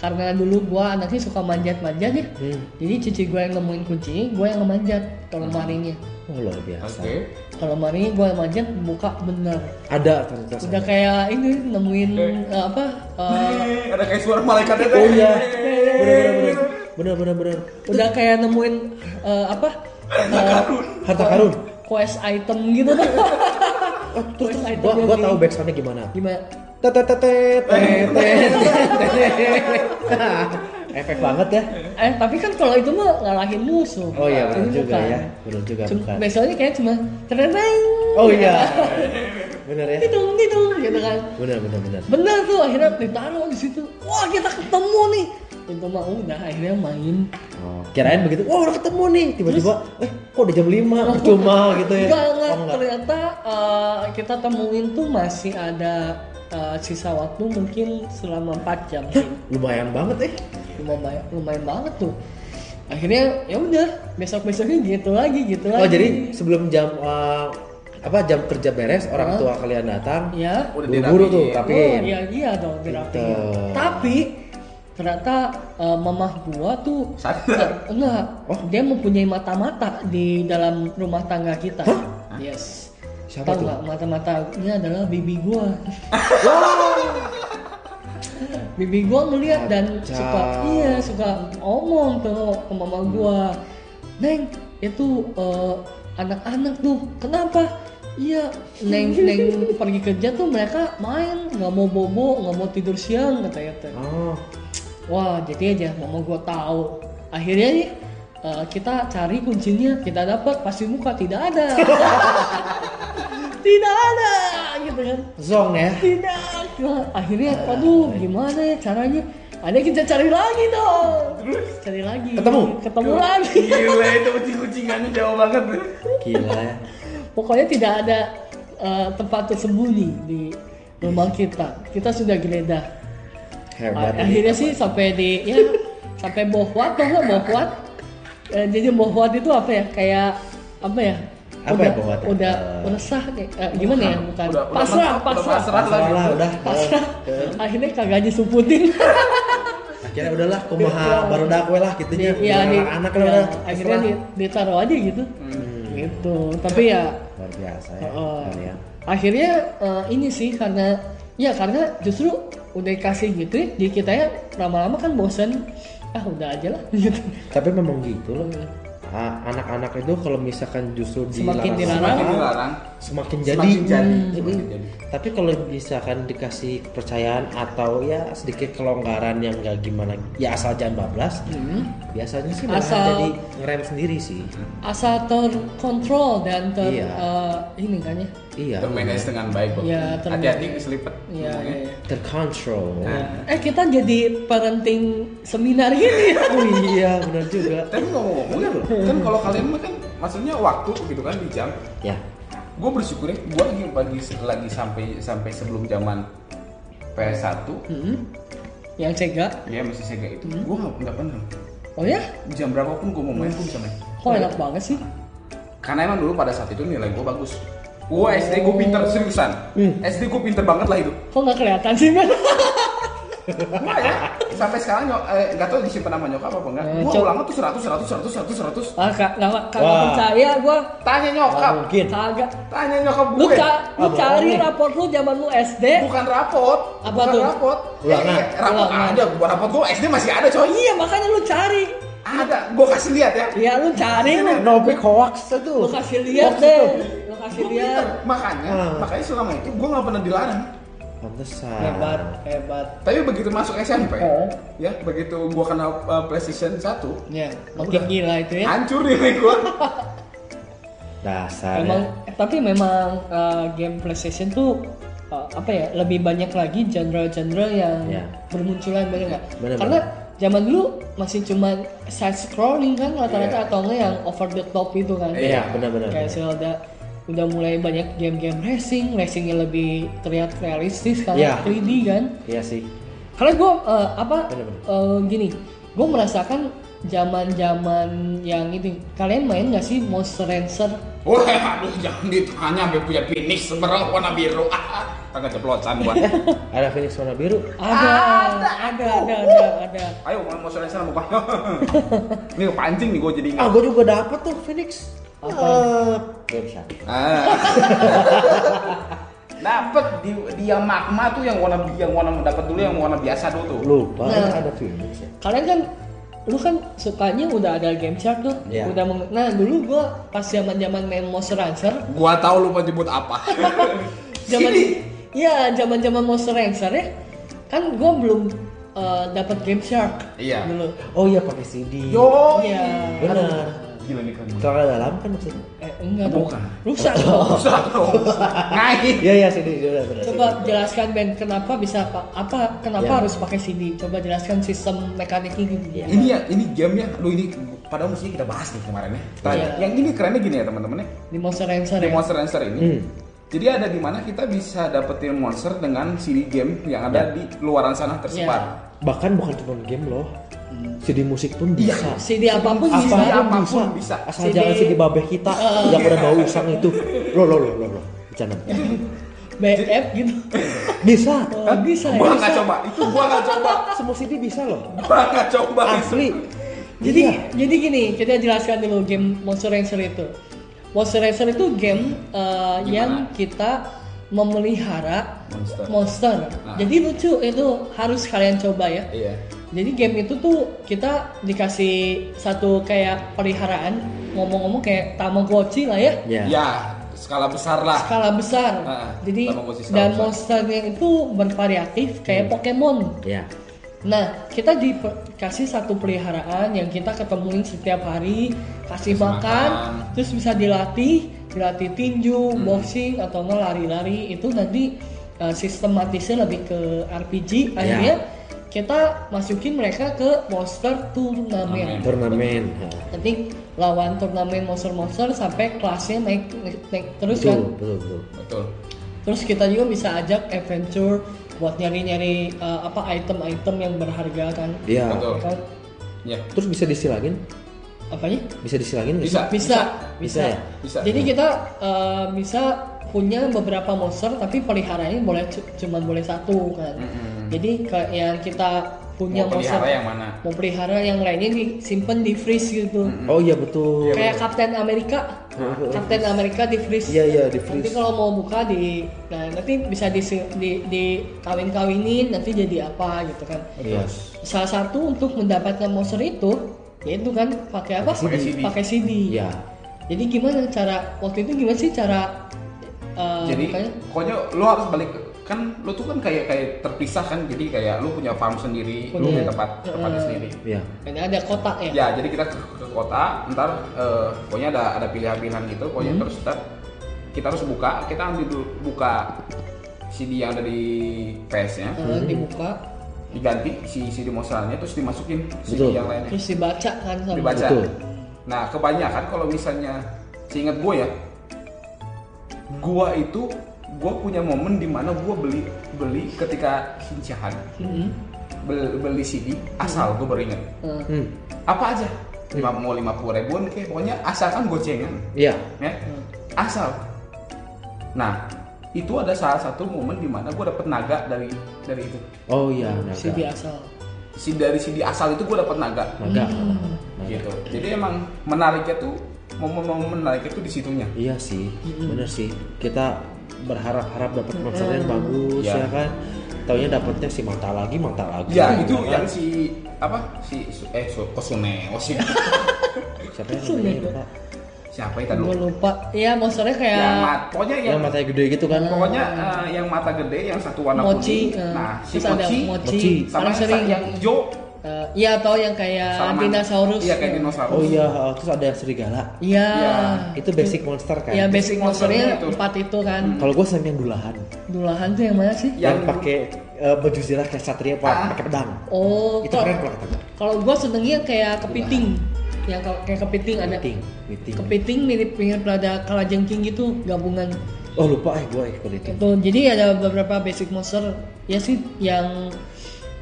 A: karena dulu gua anaknya suka manjat-manjat ya
C: hmm.
A: jadi cici gua yang nemuin kunci gua yang manjat ke lemarinya
C: oh, luar biasa
B: Oke.
A: ke lemarinya gua yang manjat buka bener
C: ada ternyata
A: udah
C: sana.
A: kayak ini nemuin eh, apa eh,
B: Yeay, Ada kayak suara malaikat ada. Eh,
C: oh iya bener bener bener bener bener
A: udah kayak nemuin eh, apa eh,
C: harta karun
A: quest item gitu *laughs* tuh
C: oh, terus
A: Quest item
C: gua
A: yang
C: gua
A: di-
C: tahu backsoundnya gimana
A: gimana
C: tetetetet efek banget ya
A: eh tapi kan kalau itu mah ngalahin musuh
C: oh iya bener
A: Ini
C: juga
A: bukan.
C: ya bener juga
A: Cuma-
C: bukan
A: besoknya kayak cuma tereng
C: oh
A: *laughs*
C: iya bener ya
A: tidung tidung gitu kan
C: bener bener bener
A: benar tuh akhirnya ditaruh di situ wah kita ketemu nih itu mah udah akhirnya main
C: Oh, kirain begitu, wah udah ketemu nih tiba-tiba, eh kok udah jam 5 cuma
A: *laughs*
C: gitu ya?
A: enggak enggak
C: Oh, enggak.
A: ternyata eh, kita temuin tuh masih ada eh, sisa waktu mungkin selama 4 jam
C: *laughs*
A: sih.
C: Lumayan banget eh.
A: lumayan lumayan banget tuh akhirnya ya udah besok besoknya gitu lagi gitu lagi
C: Oh jadi sebelum jam eh, apa jam kerja beres orang tua kalian datang
A: ya
B: Udah
C: buru-buru tuh
B: dirapiin.
A: Oh,
C: rapiin.
A: iya iya dong terapi.
C: Gitu.
A: Tapi ternyata eh, mamah gua tuh
B: Sadar.
A: eh, enggak, dia mempunyai mata-mata di dalam rumah tangga kita. Yes.
C: Siapa
A: Tahu
C: tuh?
A: nggak mata-matanya adalah bibi gua. bibi gua ngeliat dan
C: Kacau. Hmm.
A: suka iya suka omong tuh ke mama gua. Neng, itu eh, anak-anak tuh kenapa? Iya, neng
C: *laughs*
A: neng pergi kerja tuh mereka main, nggak mau bobo, nggak mau tidur siang katanya tuh.
C: Oh,
A: Wah, jadi aja mama gua tahu. Akhirnya nih eh, kita cari kuncinya, kita dapat pasti muka tidak ada. tidak ada gitu kan.
C: zong ya.
A: Tidak. Wah, akhirnya waduh gimana ya caranya? Ada kita cari lagi dong. Cari lagi.
C: Ketemu?
A: Ketemu lagi.
B: Gila itu kucing-kucingannya jauh banget.
C: Gila ya.
A: Pokoknya tidak ada eh, tempat tersembunyi di rumah kita. Kita sudah geledah. A-
C: Hebat. ini.
A: akhirnya sih sampai di ya sampai bohwat tau nggak bohwat Eh, jadi bohwat itu apa ya kayak apa ya
C: Apa
A: udah,
C: ya bohwat?
A: udah
C: Eh,
A: resah kayak eh, gimana ya bukan
B: Udah- udah
A: pasrah
B: mantap, udah
A: pasrah
B: pasrah.
C: Pasrah lah udah. *laughs*
A: pasrah akhirnya kagak disumputin
C: akhirnya udahlah kumaha baru dak we lah gitunya
A: Iya, di-
C: anak
A: ya,
C: lah
A: akhirnya di- ditaruh aja gitu. Gitu. Tapi ya
C: luar biasa Hmm. ya
A: Heeh.
C: kalian
A: akhirnya eh, ini sih karena ya karena justru udah kasih gitu di kita ya lama-lama kan bosen ah udah aja lah *laughs* gitu
C: tapi memang gitu loh
A: Iya.
C: A- anak-anak itu kalau misalkan justru
A: Semakin
B: Semakin
A: Dilarang.
B: dilarang,
C: semakin jadi hmm.
B: semakin jadi, semakin jadi.
C: tapi kalau misalkan dikasih kepercayaan atau ya sedikit kelonggaran yang gak gimana ya asal jangan bablas
A: Hmm.
C: biasanya sih malah
A: Asal-
C: jadi ngerem sendiri sih
A: asal terkontrol dan ter
C: Iya.
A: eh, ini kan ya
C: iya
B: Termanage dengan baik kok.
A: Iya, termanage.
B: Hati-hati keselipet.
A: Iya,
B: ngomongnya.
A: iya.
C: terkontrol
A: eh kita jadi parenting seminar gini ya
C: *laughs* oh iya benar juga
B: Tapi ngomong-ngomong kan, kan kalau kalian mah kan maksudnya waktu gitu kan di jam.
C: ya
B: Gue bersyukur ya, gue lagi pagi lagi sampai sampai sebelum zaman PS1
A: Mm-mm. Hmm. yang cegah
B: ya masih Sega itu
A: Hmm?
B: gue nggak nggak pernah
A: oh ya
B: jam berapapun gue mau main gue bisa main
A: kok enak banget sih
B: karena emang dulu pada saat itu nilai gue bagus
A: Oh.
B: gue SD gue pinter seriusan SD gue pinter banget lah itu
A: kok nggak kelihatan sih *laughs* kan
B: Enggak ya sampai sekarang nyok eh, nggak tahu disimpan sama nyokap apa enggak
A: Eh,
B: gue
A: coba.
B: ulangnya tuh 100 100 100 100 100
A: ah kak nggak kagak
C: Wah.
A: percaya gua
B: tanya nyokap
C: Nggak mungkin
A: kagak
B: tanya nyokap
A: lu,
B: gue
A: ca- lu
C: Ah, bohong
A: cari
C: nih.
A: rapor lu zaman lu SD
B: bukan rapot
A: Apa
B: bukan
A: tuh?
B: rapot
C: Ulangan.
B: Eh, rapot
A: Ulangan.
B: ada bukan rapot gue SD masih ada coy
A: iya makanya lu cari
B: ada gue kasih lihat ya
A: iya lu cari lu
C: Nopi hoax
A: lu
C: itu
A: kasih lihat deh lu kasih
B: Gua
A: lihat
B: pinter. makanya
C: Ah.
B: makanya selama itu gue nggak pernah dilarang
C: pantesan
A: hebat hebat
B: tapi begitu masuk SMP
A: Oh.
B: ya begitu gue kenal uh, PlayStation 1
A: ya makin
B: Udah.
A: gila itu ya
B: hancur nilai gue
C: dasar
A: Memang, eh,
C: ya.
A: tapi memang uh, game PlayStation tuh uh, apa ya lebih banyak lagi genre-genre yang
C: Iya.
A: bermunculan bener nggak?
C: Bener,
A: Karena zaman dulu masih cuma side scrolling kan rata-rata
B: Iya.
A: atau enggak yang over the top itu kan?
C: iya benar-benar
A: Kayak Zelda udah mulai banyak game-game racing, racingnya lebih terlihat realistis karena
C: Iya.
A: 3D kan?
C: iya sih
A: Karena gue apa
C: Bener-bener.
A: eh, gini, gue merasakan zaman-zaman yang ini kalian main nggak sih Monster Rancher?
B: Wah, aduh jangan ditanya sampai punya phoenix seberang warna biru. Ah, tangga ceplosan
A: *laughs*
B: gua.
C: ada Phoenix warna biru
A: Ada, ada, ada, ada, ada, ada.
B: Ayo mau mau sore sana mau gua. *laughs* Ini kepancing nih gua jadi
C: ah
B: ingat.
C: gue juga dapet tuh Phoenix
A: Apa?
C: Eh, game Shark.
B: Ah. *laughs* Dapat di dia magma tuh yang warna yang warna dapat dulu yang warna biasa dulu tuh.
C: lupa
A: Nah.
C: ada Phoenix ya
A: Kalian kan, lu kan sukanya udah ada game chart tuh,
C: Iya.
A: udah. meng- nah dulu gua pas zaman zaman main Monster Rancher,
B: Gua tahu lupa nyebut *laughs* apa.
A: zaman,
B: Ini.
A: ya zaman zaman Monster Rancher ya, kan gua belum eh, dapat game shark
B: Iya.
A: dulu.
C: oh iya pakai CD
B: Yo.
A: Iya.
C: benar
B: Gila nih kan.
C: celana dalam kan maksudnya
A: Eh, enggak dong.
B: Bukan. Oh.
A: Rusak dong.
B: Usah dong. Ngai.
C: iya iya CD udah benar
A: Coba jelaskan Ben kenapa bisa apa, apa kenapa
C: Iya.
A: harus pakai CD? Coba jelaskan sistem mekaniknya gitu.
C: Iya.
B: Ini ya, ini gamenya, aduh ini padahal mestinya kita bahas nih kemarin ya.
A: Iya.
B: Yang ini kerennya gini ya teman-teman ya.
A: Di Monster Rancher
B: di
A: ya.
B: Monster Rancher ini.
C: Hmm.
B: Jadi ada di mana kita bisa dapetin monster dengan CD game
A: Iya.
B: yang ada di luaran sana tersebar.
C: bahkan bukan cuma game loh CD musik pun bisa
A: CD apapun
C: Apapun
A: iya. bisa.
B: apapun bisa.
C: asal
A: CD
C: jangan CD babeh kita yang udah bau usang itu lo lo lo lo lo bercanda
A: BF gitu.
B: *laughs*
C: bisa
A: Oh, bisa ya.
B: Gua nggak coba, itu gua nggak coba,
C: semua CD bisa loh
B: gua nggak coba.
A: Ah,
C: asli
A: Jadi
C: Iya.
A: jadi gini, kita jelaskan dulu game Monster Rancher itu. Monster Rancher itu game eh, yang kita memelihara
B: Monster.
A: monster.
B: Nah.
A: Jadi lucu itu harus kalian coba ya.
B: Iya.
A: Jadi game itu tuh kita dikasih satu kayak peliharaan, ngomong-ngomong kayak Tamagotchi lah ya.
C: ya
B: Ya, skala besar lah.
A: skala besar.
B: Ah,
A: Jadi
B: Tamagotchi skala
A: dan
B: besar. Hmm.
A: monsternya itu bervariatif kayak Pokemon.
C: ya
A: Nah, kita dikasih satu peliharaan yang kita ketemuin setiap hari, kasih
B: Terus
A: makan,
B: makan.
A: terus bisa dilatih, dilatih tinju, boxing atau enggak lari-lari itu nanti uh, sistematisnya lebih ke RPG. Akhirnya kita masukin mereka ke monster turnamen.
C: turnamen Ya.
A: Nanti lawan turnamen monster-monster sampai kelasnya naik, naik, naik terus kan.
C: betul betul betul
B: Betul.
A: Terus kita juga bisa ajak adventure buat nyari-nyari uh, apa item-item yang berharga kan.
C: ya
B: Betul.
A: Kan
B: Ya,
C: terus bisa disilangin
A: apanya?
C: bisa disilangin nggak sih?
A: Bisa,
B: bisa.
A: bisa.
C: Bisa ya?
B: Bisa.
A: Jadi kita uh, bisa punya beberapa monster tapi peliharaannya boleh cu- cuman boleh satu kan. Jadi kayak yang kita punya
B: mau
A: masa
C: ya?
B: pelihara yang mana
A: mau pelihara yang lainnya disimpan di freeze gitu
C: Oh iya betul.
A: kayak Captain
C: *laughs*
A: America Captain America di freeze
C: Iya iya di
A: nanti
C: freeze.
A: kalau mau buka di nah nanti bisa di di, di kawin kawinin nanti jadi apa gitu kan
C: Iya.
A: salah satu untuk mendapatkan monster itu yaitu kan pakai apa
B: Pakai CD.
A: pakai CD
C: Iya.
A: jadi gimana cara waktu itu gimana sih cara eh,
B: jadi
A: bukanya?
B: pokoknya lu harus balik kan lu tuh kan kayak kayak terpisah kan jadi kayak lu punya farm sendiri
A: Punya.
B: lu
A: Eh,
B: punya tempat tempatnya sendiri
C: Iya.
A: Karena ada kotak ya
B: ya jadi kita ke, ke kota ntar eh, pokoknya ada ada pilihan-pilihan gitu pokoknya
A: Hmm.
B: terus ntar kita harus buka kita ambil dulu buka CD yang dari PS nya
A: Eh, dibuka
B: diganti si CD monsternya terus dimasukin CD
C: Betul.
B: yang lainnya
A: terus dibaca kan sama
B: dibaca
C: Betul.
B: nah kebanyakan kalau misalnya seingat gue ya gua itu gue punya momen dimana gue beli beli ketika hincahan
A: Mm-mm.
B: beli, beli CD asal gue baru ingat
A: Hmm. Eh,
C: Hmm.
B: apa aja lima mau lima puluh ribuan kayak pokoknya asalkan gocengan
C: Iya.
B: ya
A: eh,
B: asal nah itu ada salah satu momen dimana gue dapet naga dari dari itu
C: Oh iya. Naga.
A: CD asal
B: si dari CD asal itu gue dapet naga
C: Naga.
A: Hmm. Nah,
C: Naga.
B: gitu
A: iya.
B: jadi emang menariknya tuh momen-momen menariknya tuh di situnya
C: Iya sih.
A: Hmm.
C: Bener sih. Kita berharap-harap dapat monsternya yang bagus
B: Iya.
C: ya kan. Taunya dapatnya si mata lagi, mata lagi.
A: Iya,
B: ya itu
C: kan?
B: yang si apa si su- eh su, kosune oh,
A: *laughs*
B: si-
C: Siapa yang namanya itu, Pak?
B: siapa itu
A: gue
B: dulu
A: lupa ya monsternya kayak
B: yang mat, pokoknya yang,
C: Yang matanya gede gitu kan?
B: pokoknya eh, yang mata gede yang satu warna
A: mochi
B: kuning
A: eh,
B: nah si
A: terus ada
B: mochi,
A: mochi
C: mochi.
B: sama
A: orang
B: yang,
A: sering
B: yang hijau
A: Eh, iya atau yang kayak
B: salaman.
A: dinosaurus
B: iya kayak
A: Ya.
B: dinosaurus
C: Oh iya, oh, terus ada serigala.
A: Iya.
B: Iya.
C: Itu basic monster kan?
A: Ya basic
B: Basic monsternya
A: monsternya
B: itu. Hmm.
A: empat itu kan.
C: Kalau gue sampe yang dulahan.
A: Dulahan tuh yang mana sih?
C: Yang,
B: Yang-
C: pakai eh, baju zirah kayak satria pak,
B: Ah.
C: pakai pedang.
A: Oh,
C: Itu
A: kalau-
C: keren kalau kata gue.
A: kalau gua senengnya kayak kepiting. Yang kalau- kayak kepiting ada
C: Meeting, meeting.
A: kepiting mirip mirip ada kalajengking gitu gabungan.
C: Oh lupa eh gue ikut itu.
A: Itu jadi ada beberapa basic monster ya sih yang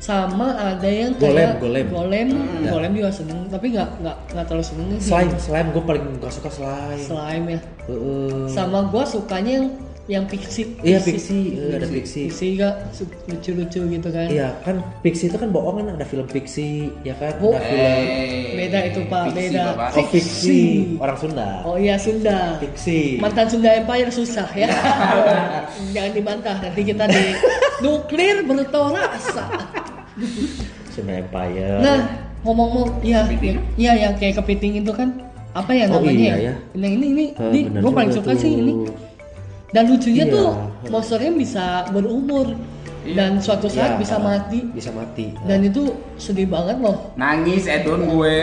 A: sama ada yang kayak
C: Golem,
A: golem,
C: golem.
A: golem juga seneng tapi nggak nggak nggak terlalu seneng sih
C: Slime, Hmm. slime gue paling gak suka slime.
A: slime ya
C: Heeh.
A: sama gua sukanya yang yang pixie
C: Iya pixie, Eh, ada pixie.
A: pixie gak lucu-lucu gitu kan
C: Iya kan pixie itu kan bohongan ada film pixie ya kan
A: Oh.
C: ada film
A: Beda itu, Pak,
B: Eh, fiksi,
A: beda.
B: Bapak.
C: oh,
A: Pixie.
C: pixie orang Sunda.
A: Oh iya Sunda.
C: Pixie.
A: Mantan Sunda Empire susah ya.
C: Iya.
A: *laughs* Jangan dibantah nanti kita di nuklir bertorasa.
C: Sunda Empire.
A: Nah, ngomong-ngomong iya iya iya, yang kayak kepiting itu kan apa ya
C: Oh,
A: namanya?
C: iya, ya.
A: Nah, ini ini
C: Eh,
A: ini
C: bener
A: gue paling
C: juga
A: suka
C: tuh.
A: sih ini. Dan lucunya
C: Iya.
A: tuh monsternya bisa berumur dan suatu saat
C: Iya,
A: bisa mati.
C: Bisa mati. Nah,
A: Dan itu sedih banget loh.
B: nangis edon gue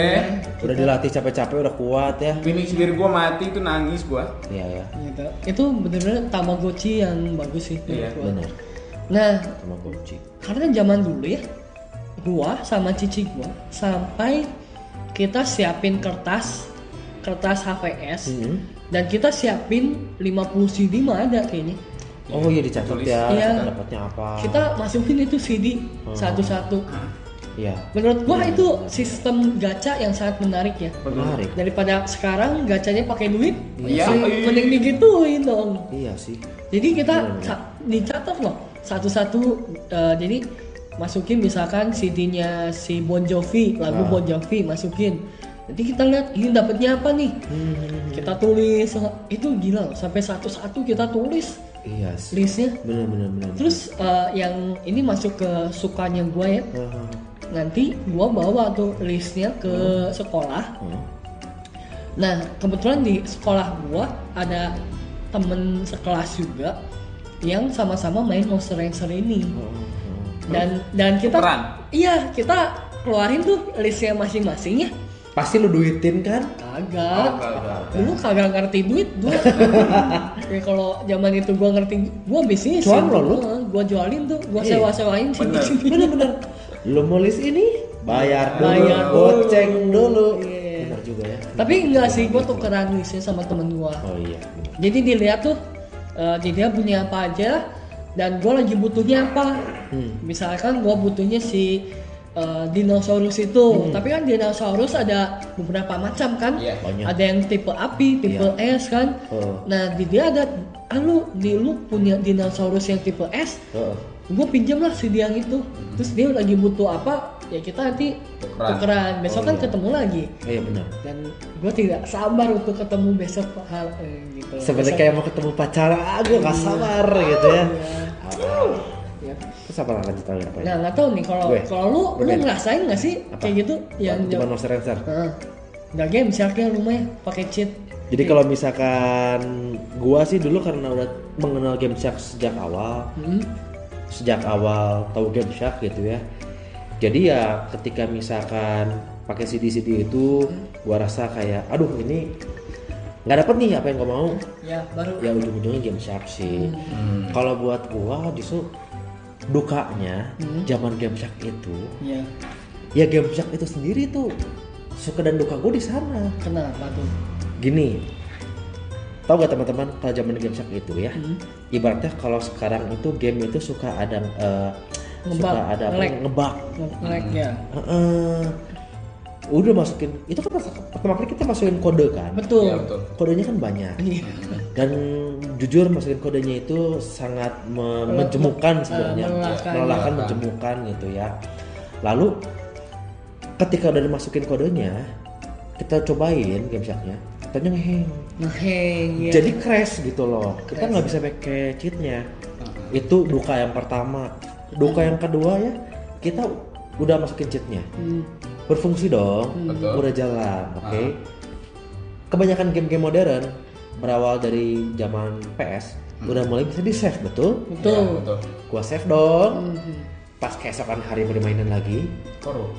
C: udah dilatih capek-capek udah kuat
A: Iya.
C: ya.
B: finish diri gue mati itu nangis gue
C: Iya ya.
A: Gitu. Itu bener-bener Tamagotchi yang bagus sih. menurut
B: Iya,
A: gua.
C: Benar.
A: Nah,
C: Sama Gochi.
A: karena zaman dulu ya gua sama cici gua sampai kita siapin kertas kertas HVS
C: Mhm.
A: dan kita siapin 50 CD mah ada kayaknya
C: Oh iya dicatat
B: Tulis.
C: ya.
A: Iya.
C: Dapatnya apa?
A: kita masukin itu CD satu-satu
C: Iya.
A: menurut gua itu sistem gacha yang sangat menarik ya
C: Menarik.
A: daripada sekarang gacanya pakai duit
B: Iya.
A: mending- mending digituin dong
C: Iya sih.
A: Jadi kita sa- dicatat loh satu-satu. eh, jadi masukin misalkan CD-nya si Bon Jovi, lagu
C: Ah.
A: Bon Jovi masukin. Nanti kita lihat ini dapatnya apa nih. Kita tulis itu gila loh, sampai satu-satu kita tulis
C: Iya sih.
A: listnya.
C: Bener bener bener.
A: Terus eh, yang ini masuk ke sukanya gua ya.
C: Ah,
A: Nanti gua bawa tuh listnya ke sekolah.
C: ah.
A: Nah, kebetulan di sekolah gua ada temen sekelas juga yang sama-sama main Monster Rancher ini. Dan dan kita
B: Tukeran?
A: Iya, kita keluarin tuh listnya masing-masing ya.
C: Pasti lu duitin kan?
A: Kagak.
B: Oh, Kagak, kagak.
A: Dulu kagak ngerti duit gua. ya kalau zaman itu gua ngerti gua bisnis.
C: Cuan lo, lu?
A: Gua jualin tuh, gua
C: Iya.
A: sewa-sewain *laughs*
B: Bener.
A: sini-sini.
C: Bener-bener. Lu nulis ini bayar dulu,
A: Bayar dulu.
C: goceng dulu.
A: Iya.
C: Bener juga ya.
A: Tapi enggak sih, gua tukeran listnya sama temen gua.
C: Oh iya. bener.
A: Jadi dilihat tuh, eh, jadi dia punya apa aja dan gue lagi butuhnya apa.
C: Hmm.
A: Misalkan gue butuhnya si eh, dinosaurus
C: Hmm.
A: itu, tapi kan dinosaurus ada beberapa macam kan.
B: Iya.
C: Banyak.
A: Ada yang tipe api, tipe es kan.
C: Oh.
A: anu, Nah di dia ada, ah lu, di lu punya dinosaurus yang tipe es,
C: Heeh.
A: gue pinjam lah si dia yang itu
C: Hmm.
A: terus dia lagi butuh apa ya kita nanti
B: Tukeran.
A: tukeran besok
C: Oh,
A: kan
C: iya.
A: ketemu lagi
C: iya benar
A: dan gue tidak sabar untuk ketemu besok hal eh, gitu
C: sebenarnya
A: Besok-
C: kayak mau ketemu pacar ah gue nggak sabar gitu ya Ah.
A: Iya.
C: terus apa lanjutannya apa ya
A: nah nggak tahu nih kalau
C: Gue.
A: kalau lu lu
C: Gue.
A: ngerasain nggak sih
C: Apa?
A: kayak gitu yang
C: cuma monster Rancher.
A: Heeh. nggak game misalnya rumahnya ya, pakai cheat
C: Jadi kalau misalkan gua sih dulu karena udah mengenal game Shark sejak awal,
A: Hmm.
C: sejak awal tahu game Shark gitu ya. Jadi ya ketika misalkan pakai CD-CD itu gua rasa kayak aduh ini nggak dapet nih apa yang gua mau.
A: ya baru
C: Ya ujung-ujungnya game Shark sih. Kalau buat gua justru dukanya zaman game Shark itu
A: ya
C: ya game Shark itu sendiri tuh suka dan duka gua di sana.
A: kenapa tuh
C: gini tahu gak teman-teman kalau zaman game Shark itu ya
A: Hmm.
C: ibaratnya kalau sekarang itu game itu suka ada eh,
A: Ngebug,
C: suka ada apa,
A: nge-lag.
C: ngebug
A: nge-lag ya
C: Heeh. udah masukin itu kan pas- pertama kali kita masukin kode kan
A: betul
B: Iya, betul.
C: kodenya kan banyak
A: Iya.
C: dan jujur masukin kodenya itu sangat me- menjemukan sebenarnya
A: Eh, melelahkan.
C: melelahkan menjemukan gitu ya lalu ketika udah dimasukin kodenya kita cobain game Shark-nya, ternyata ngeheng
A: ngeheng ya
C: jadi crash gitu loh kita nggak bisa pakai cheatnya itu duka yang pertama duka yang kedua ya kita udah masukin cheatnya
A: Hmm.
C: berfungsi dong
B: Betul.
C: udah jalan oke kebanyakan game-game modern berawal dari zaman PS udah mulai bisa di save Ya, betul
A: betul
B: Iya, betul.
C: gua save dong
A: Mhm.
C: pas keesokan hari bermainan lagi
B: Korup.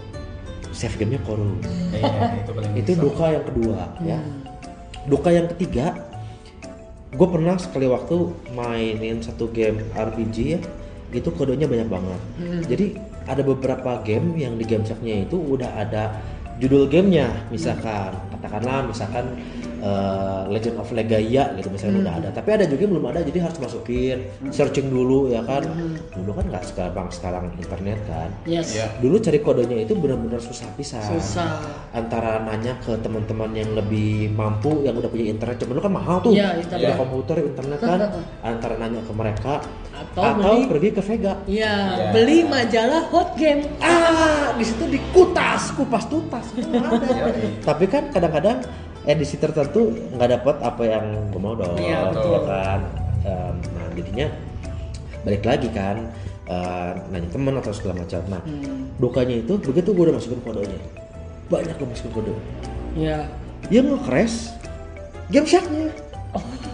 C: save gamenya korup
B: Iya, itu paling
C: itu
B: susah.
C: duka yang kedua ya duka yang ketiga gue pernah sekali waktu mainin satu game RPG ya itu kodenya banyak banget jadi ada beberapa game yang di game Shark-nya itu udah ada judul gamenya misalkan katakanlah misalkan eh, Legend of Legaia gitu misalnya udah ada tapi ada juga yang belum ada jadi harus masukin searching dulu ya kan dulu kan nggak sekarang sekarang internet kan
A: yes
B: Iya.
C: dulu cari kodenya itu benar-benar susah pisan
A: susah
C: antara nanya ke teman-teman yang lebih mampu yang udah punya internet cuman itu kan mahal tuh
A: Iya, internet.
C: Punya komputer internet
A: *laughs*
C: kan antara nanya ke mereka
A: Atau
C: atau,
A: beli-
C: pergi ke Vega
A: Iya,
C: Ya.
B: Iya.
A: beli majalah hot game
C: ah di situ dikutas kupas
A: *laughs*
C: tutas Nggak ada.
B: Iya, iya.
C: tapi kan kadang-kadang edisi tertentu nggak dapat apa yang gue mau dong
A: Iya,
B: betul.
C: ya kan Em, nah jadinya balik lagi kan eh, nanya teman atau segala macam nah
A: Hmm.
C: dukanya itu begitu gue udah masukin kodenya banyak lo masukin kode
A: ya
C: dia nge-crash game sharknya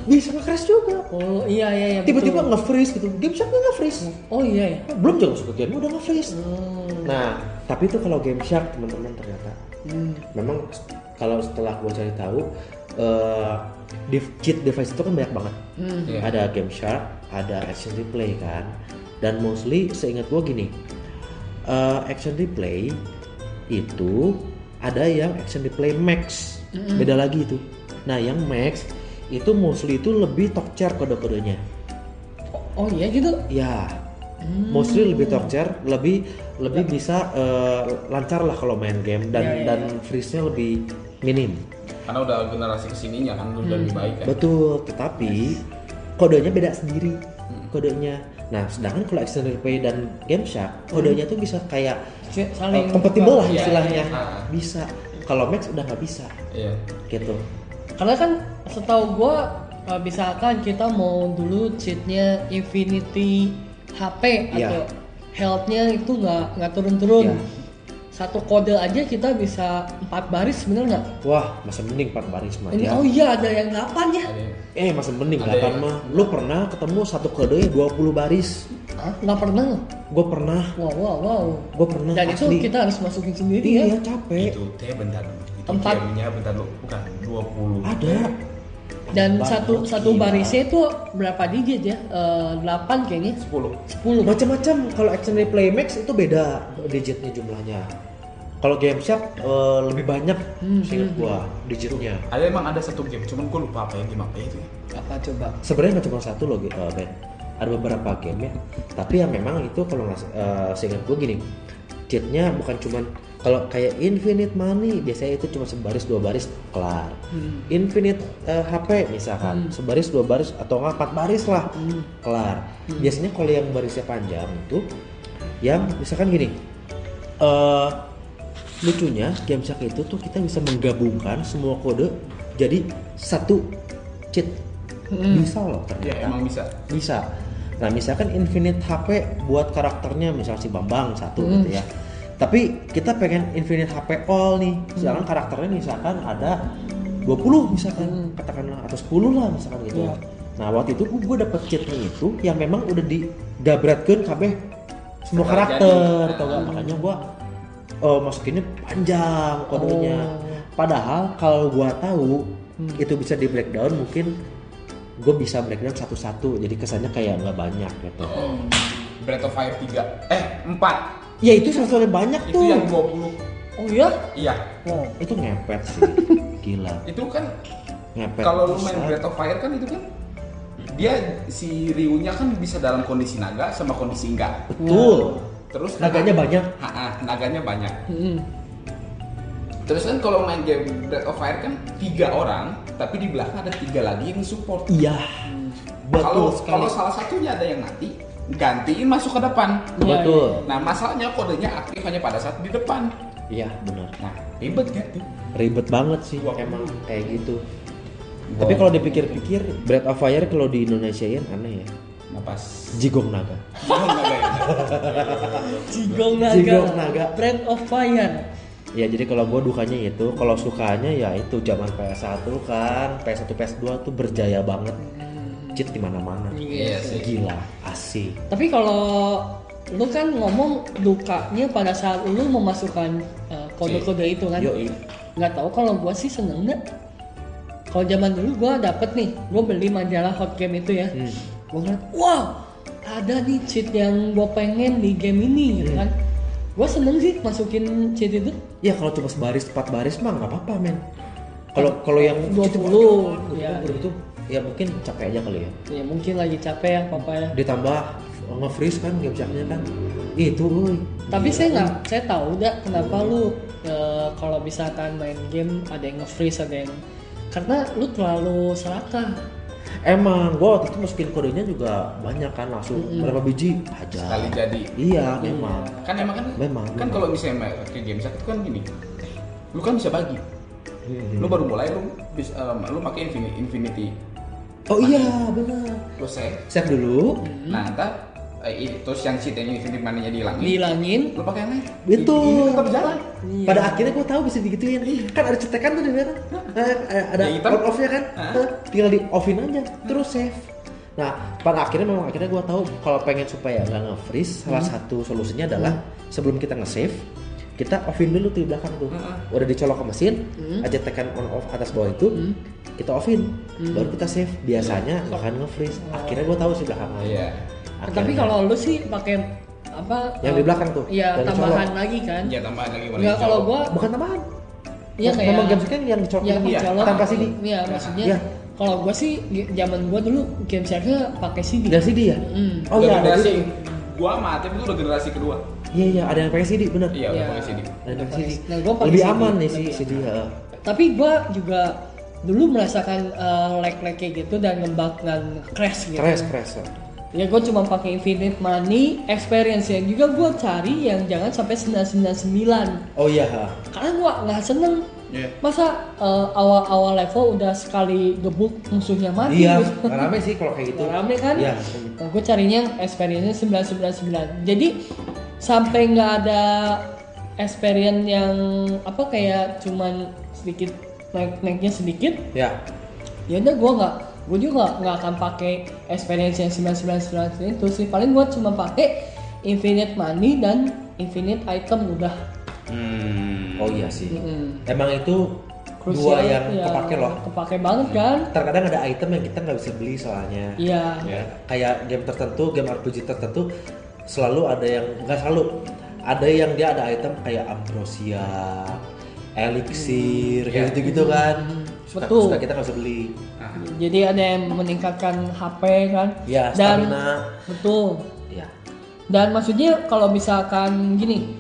C: bisa nge-crash juga
A: oh iya Oh. iya iya
C: tiba-tiba
A: betul.
C: nge-freeze gitu game sharknya nge-freeze
A: oh iya ya
C: belum juga masuk ke game udah nge-freeze
A: Hmm.
C: nah tapi itu kalau game shark teman-teman ternyata
A: Hmm.
C: memang kalau setelah gua cari tahu eh, dev- cheat device itu kan banyak banget
A: Hmm.
B: Iya.
C: ada game shark ada action replay kan dan mostly seingat gua gini eh, action replay itu ada yang action replay max beda lagi itu nah yang max itu mostly itu lebih tokcer kode-kodenya
A: oh iya gitu
C: ya mostly lebih tokcer lebih lebih bisa eh, lancar lah kalau main game dan
A: Ya, ya,
C: dan freeze-nya lebih minim
B: Karena udah generasi kesininya kan udah lebih baik kan.
C: Betul, tetapi kodenya beda sendiri kodenya. Nah, sedangkan kalau action replay dan game shark, kodenya tuh bisa kayak
A: Si-
C: uh,
A: saling
C: compatible lah
B: Iya,
C: istilahnya.
B: iya. Ah.
C: Bisa. Kalau max udah nggak bisa
B: Iya.
C: gitu.
A: karena kan setahu gua eh, misalkan kita mau dulu cheatnya Infinity HP
C: Iya.
A: atau healthnya itu nggak nggak turun-turun
C: Iya.
A: satu kode aja kita bisa empat baris bener nggak
C: Wah, masa mending Pak baris mah
A: ini
C: ya.
A: oh iya ada yang delapan ya
B: Ada
C: Eh, masa mending
B: Ada
C: delapan
B: ya?
C: mah. Lu pernah ketemu satu kodenya 20 baris?
A: Hah? nggak pernah loh.
C: Gue pernah,
A: wow wow wow
C: gue pernah
A: dan itu
C: asli.
A: kita harus masukin sendiri
C: Iya,
A: ya
C: capek.
B: itu teh bentar itu
A: Empat.
B: jamnya bentar lu bukan 20
C: Ada.
A: dan
C: Banyak,
A: satu satu
C: gila.
A: barisnya itu berapa digit ya Eh, delapan kayaknya
B: 10
A: sepuluh
C: macam-macam kalau action replay max itu beda digitnya jumlahnya kalau game shark eh, lebih banyak seingat gua digitnya
B: ada emang ada satu game cuman gua lupa apa ya game apa ya itu ya
A: apa coba
C: sebenarnya nggak cuma satu loh gitu, eh, Ben ada beberapa game ya tapi ya memang itu kalau nggak eh, seingat gua gini cheatnya bukan cuman Kalau kayak Infinite Money biasanya itu cuma sebaris dua baris kelar.
A: Hmm.
C: Infinite eh, HP misalkan sebaris dua baris atau nggak empat baris lah
A: Hmm.
C: kelar. Biasanya kalau yang barisnya panjang itu yang misalkan gini. eh lucunya game shark itu tuh kita bisa menggabungkan semua kode jadi satu cheat. Bisa loh ternyata
B: ya emang bisa
C: bisa nah misalkan infinite HP buat karakternya misal si Bambang satu gitu ya tapi kita pengen infinite HP all nih misalkan karakternya misalkan ada 20 misalkan katakanlah atau 10 lah misalkan gitu ya nah waktu itu gue dapet cheatnya itu yang memang udah digabratkan kabeh
B: Setelah
C: semua karakter
B: jadi.
C: tau gak? makanya gua eh, masukinnya panjang kodenya padahal kalau gua tahu
B: Hmm.
C: itu bisa di breakdown mungkin gue bisa breakdown satu-satu jadi kesannya kayak nggak banyak gitu
B: oh. Breath of Fire 3 eh 4
C: ya itu satu-satunya banyak
B: itu
C: tuh
B: yang 20
A: Oh iya?
B: iya
A: Wow.
C: itu ngepet
B: *laughs*
C: sih gila
B: itu kan
C: ngepet
B: kalau lu
C: pisan.
B: main Breath of Fire kan itu kan dia si Ryu-nya kan bisa dalam kondisi naga sama kondisi enggak
C: betul
B: ya. terus
C: naganya banyak
B: Ha, ha, naganya banyak
A: Hmm.
B: Terus kan kalau main game Breath of Fire kan tiga orang, tapi di belakang ada tiga lagi yang support.
C: iya
B: Hmm.
C: betul
B: Kalau
C: sekali
B: kalau salah satunya ada yang mati, gantiin masuk ke depan.
C: betul
B: Nah masalahnya kodenya aktif hanya pada saat di depan.
C: iya benar
B: Nah ribet gak tuh?
C: ribet banget sih
B: Gua-
C: emang kayak gitu
B: Gua-
C: tapi kalau dipikir-pikir Breath of Fire kalau di Indonesia aneh ya
B: Napas.
C: Jigong Naga
B: gitu.
A: Jigong naga.
C: Jigong naga.
A: Brand of fire.
C: Ya jadi kalau gue dukanya itu, kalau sukanya ya itu zaman PS1 kan, PS1 PS2 tuh berjaya banget. Cheat di mana-mana.
B: Iya sih.
C: Gila, asik.
A: Tapi kalau lu kan ngomong dukanya pada saat lu memasukkan uh, kode-kode
C: Iya.
A: itu kan.
C: Yoi.
A: Nggak tahu kalau gua sih seneng nggak. Kalau zaman dulu gua dapet nih, gua beli majalah hot game itu ya.
C: Hmm.
A: Gua ngeliat, wow ada nih cheat yang gua pengen di game ini
C: Hmm.
A: gitu kan. Gua seneng sih masukin cheat itu.
C: Ya kalau cuma sebaris, empat baris mah nggak apa-apa men. Kalau kalau yang
A: 20,
C: gitu,
A: ya.
C: gitu, gitu, ya mungkin capek aja kali ya.
A: Ya mungkin lagi capek ya papa ya.
C: Ditambah nge-freeze kan game nya kan. Itu, uy.
A: Tapi
C: Gila.
A: saya nggak, saya tahu dah kenapa lu eh, kalau misalkan main game ada yang nge-freeze ada yang karena lu terlalu serakah.
C: Emang gue waktu itu masukin kodenya juga banyak kan langsung berapa biji aja.
B: Sekali jadi.
C: Iya, memang.
B: Kan emang kan.
C: Memang,
B: Kan
C: memang.
B: kalau misalnya main ke game sakit kan gini. Lu kan bisa bagi. Lu
C: Iya.
B: baru mulai lu bisa, em, lu pakai infinity, infinity.
C: Oh iya, benar.
B: Lu save.
C: Save dulu.
B: Nah ntar eh, i- terus yang cheatnya infinity mananya dihilangin.
A: Dihilangin
B: Lu pakai yang lain.
C: Betul.
B: Ini kan tetap jalan.
A: Iya.
C: Pada akhirnya gue tahu bisa digituin. Kan ada cetekan tuh di merah. Eh, eh,
B: Yang
C: ada
B: Ya, hitam.
C: on off nya kan. Eh, Tinggal di offin aja. Terus save. Nah, pada akhirnya memang akhirnya gue tahu kalau pengen supaya nggak
A: Hmm.
C: nge-freeze, salah satu solusinya adalah sebelum kita nge-save, kita offin dulu tuh di belakang tuh.
B: Hmm.
C: Udah dicolok ke mesin,
A: Hmm.
C: aja tekan on off atas bawah itu, kita offin,
A: Hmm.
C: baru kita save. Biasanya nggak akan nge-freeze. Akhirnya gue tahu sih belakangan.
B: Iya.
A: Oh. tapi kalau lu sih pakai apa?
C: Yang di
A: eh,
C: belakang tuh,
A: Iya,
C: yang
A: tambahan
C: dicolok. Iya,
A: lagi kan.
B: Ya tambahan lagi warna
A: Enggak
B: hijau.
A: kalau gua
C: bukan tambahan.
A: Iya, kayak-
C: memang game kan yang dicolok
A: yang
C: gitu.
A: dicolok
C: tanpa CD.
A: Iya, maksudnya
C: Iya.
A: kalau gua sih gi- zaman gua dulu game sharknya pakai CD.
C: Dari CD ya?
A: Hmm.
C: Oh iya, ada
B: generasi
C: CD.
B: gua sama Atif itu udah generasi kedua.
C: Iya iya, ada yang pakai CD bener.
B: Iya, udah
A: Iya.
B: pakai CD.
C: Ada yang pakai CD.
A: Nah, gua pakai
C: Lebih
A: CD.
C: aman nih sih
A: Lebih
C: CD. ya.
A: Tapi gua juga dulu merasakan eh, lag-lag kayak gitu dan ngebug dan crash gitu.
C: Crash crash.
A: ya gue cuma pakai infinite money experience ya juga gue cari yang jangan sampai 999
C: Oh iya.
A: karena gue nggak seneng
B: Iya.
A: masa eh, awal-awal level udah sekali gebuk musuhnya mati
C: Iya,
A: gitu.
C: nggak rame sih kalau kayak gitu.
A: Nggak rame kan
C: Iya.
A: nah, gue carinya yang experience 999 jadi sampai nggak ada experience yang apa kayak cuman sedikit naik naiknya sedikit
C: Ya.
A: ya udah gue nggak gue juga nggak- nggak akan pakai experience yang 999 itu sih paling gue cuma pakai infinite money dan infinite item udah
B: Hmm.
C: Oh iya sih.
A: Mm-mm.
C: Emang itu dua
A: Crucial,
C: yang
A: ya,
C: kepake loh.
A: kepake banget kan
C: Terkadang ada item yang kita nggak bisa beli soalnya.
A: iya
C: Ya, kayak game tertentu, game RPG tertentu selalu ada yang nggak selalu ada yang dia ada item kayak ambrosia, elixir, kayak gitu-gitu kan.
A: Ya. Hmm.
C: Suka,
A: Betul.
C: suka kita nggak bisa beli.
B: Ah.
A: jadi ada yang meningkatkan HP kan
C: Ya,
A: dan
C: stamina.
A: betul
C: Ya.
A: dan maksudnya kalau misalkan gini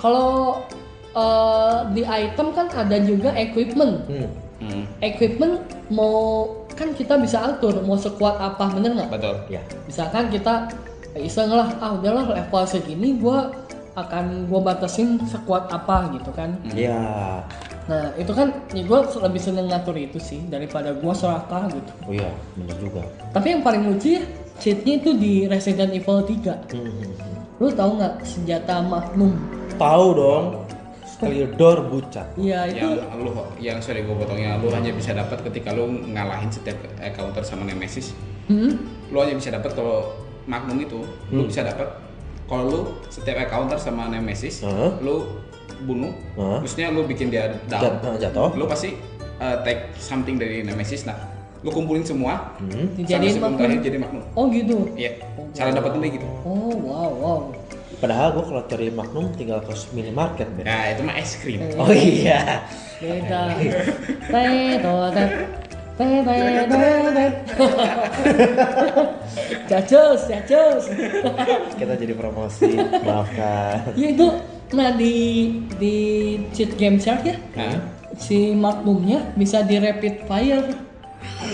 A: kalau eh, di item kan ada juga equipment.
C: Hmm.
B: Hmm,
A: Equipment mau kan kita bisa atur mau sekuat apa bener nggak?
B: betul.
C: Ya.
A: Misalkan kita iseng lah, ah udahlah level segini gua akan gua batasin sekuat apa gitu kan.
C: Ya.
A: Nah itu kan ya gue lebih seneng ngatur itu sih daripada gua serakah gitu.
C: Oh iya, bener juga.
A: Tapi yang paling lucu ya cheatnya itu di Resident Evil 3.
C: Hmm.
A: Lu tahu nggak senjata Magnum?
C: Tahu dong. Keliodor bucat.
A: Iya itu
B: Yang lu yang sorry gue potongnya lu hanya bisa dapat ketika lu ngalahin setiap eh, counter sama Nemesis.
A: Hmm?
B: Lu hanya bisa dapat kalau Magnum itu lu
C: Hmm.
B: bisa dapat kalau lu setiap counter sama Nemesis
C: Heeh.
B: lu bunuh,
C: Heeh.
B: terusnya lu bikin dia down. Oh.
C: Jat- jatuh.
B: Lu pasti eh, take something dari Nemesis nah lu kumpulin semua
C: Hmm.
A: dijadiin
B: sampai sebelum
A: Magnum.
B: terakhir jadi Magnum.
A: Oh gitu.
B: Iya, cara dapat nilai gitu.
A: Oh wow wow.
C: Padahal gua kalau cari Magnum tinggal ke minimarket deh.
A: Ya.
B: Nah, itu mah es krim.
C: Oh iya.
A: Beda. Tedotet. Tedotet. Jajos, jajos.
C: Kita jadi promosi. Maafkan.
A: Ya itu nah di di cheat game shark ya
B: Nah,
A: si magnumnya bisa di rapid fire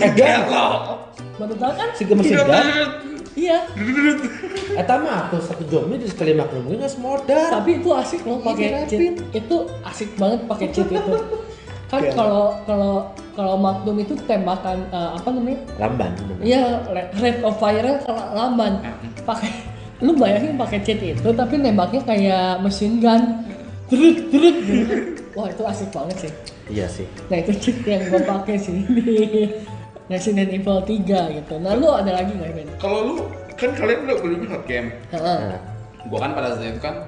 C: Eh, gelo.
A: baru tahu kan
C: Si gemes segan.
B: eh,
A: iya
C: Eta mah aku satu jomnya di sekali Magnum gue nggak semodar.
A: tapi itu asik loh pakai
C: Iya,
A: cheat itu asik banget pakai cheat itu kan
C: Iya.
A: kalau kalau kalau magnum itu tembakan eh, apa namanya
C: Lamban. bener.
A: Iya, ra- rate of fire-nya kalau lamban. Pakai lu bayangin pakai cheat itu tapi nembaknya kayak machine gun. Terut terut. gitu. Wah, itu asik banget sih.
C: Iya sih.
A: Nah, itu cheat yang gue pakai sih *laughs* di Resident Evil 3 gitu. Nah, lu ada lagi nggak Ben?
B: kalau lu kan kalian udah beli hot game.
A: Heeh.
C: Nah,
B: gua kan pada saat itu kan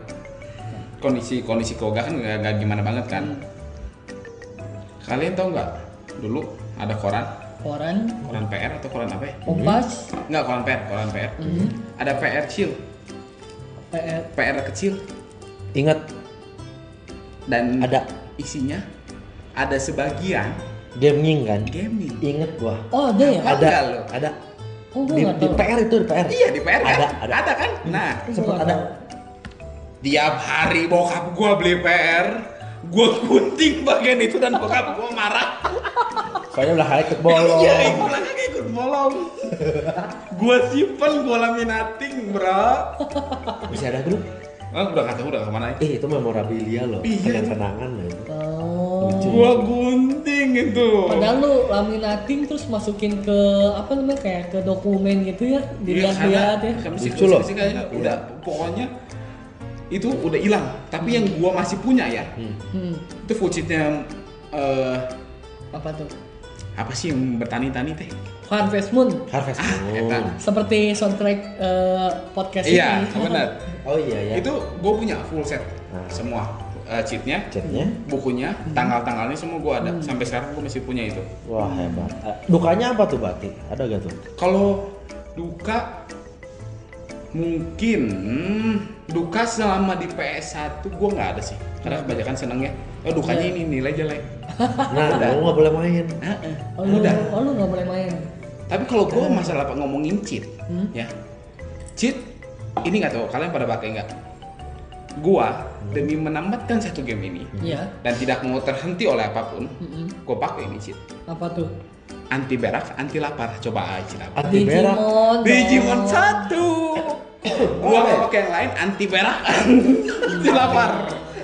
B: kondisi kondisi koga kan nggak nggak gimana banget kan kalian tau nggak dulu ada koran
A: Koran,
B: koran PR atau koran apa ya
A: kompas,
B: nggak koran PR koran PR
C: Mhm.
B: ada PR kecil
A: PR.
B: PR kecil
C: ingat
B: dan
C: Ada.
B: isinya ada sebagian
C: gaming kan?
B: gaming
C: Ingat gua.
A: Oh, ada ya?
B: Tahu
C: Iya, Ada.
B: nggak lu?
C: Ada.
A: Oh, gua
C: Di,
A: nggak
C: di
A: tahu.
C: PR itu di PR.
B: iya di PR kan
C: Ada, ada.
B: kan nah
A: Gua
C: Sempat
A: nggak
B: *laughs*
C: ada.
A: tahu.
B: tiap hari bokap gua beli PR gua gunting bagian itu dan bokap gua marah
C: Soalnya udah
B: *laughs*
C: high bolong.
B: Iya, yang belakangnya ikut bolong. gua simpen, gua laminating, bro.
C: Masih ada grup?
B: Ah, udah kata udah kemana ya?
C: Eh itu memorabilia loh.
B: Iya.
C: Kenang-kenangan loh. itu.
A: Oh.
B: Gua gunting itu.
A: Padahal lu laminating terus masukin ke apa namanya kayak ke dokumen gitu ya,
B: Iya,
A: dilihat-lihat ya.
C: Lucu loh.
B: Udah, pokoknya itu udah hilang. Tapi yang gua masih punya ya,
A: Hmm,
B: itu fucitnya eh
A: apa tuh?
B: apa sih yang bertani-tani teh?
A: Harvest Moon
C: Harvest
B: Ah,
C: Moon.
B: etan.
A: seperti soundtrack eh, podcast
B: Iya,
A: ini.
B: benar. Hmm.
C: Oh iya ya.
B: Itu gua punya full set
C: Nah.
B: semua eh, cheatnya,
C: Chatnya.
B: bukunya, tanggal-tanggalnya semua gua ada. Sampai sekarang gua masih punya itu.
C: Wah hebat. Eh, Dukanya apa tuh Bati? Ada gak
B: *laughs*
C: tuh?
B: Kalau duka mungkin hmm, duka selama di PS1 gue nggak ada sih karena kebanyakan senengnya oh dukanya ini nilai jelek
C: Nah, lu nggak boleh main.
B: Nah, eh,
A: Oh, lu,
B: udah
A: oh, lu nggak boleh main.
B: tapi kalau gue masalah apa ngomongin cheat
A: Hmm.
B: ya cheat ini nggak tahu kalian pada pakai nggak gua demi menamatkan satu game ini
A: Iya.
B: dan tidak mau terhenti oleh apapun
A: Mm-mm.
B: gue pakai ini cheat
A: Apa tuh?
B: anti berak anti lapar coba aja cheat apa
C: Anti berak.
A: dong.
B: Digimon
C: *coughs*
B: satu. gua nggak pakai yang lain anti *laughs* berak, anti lapar.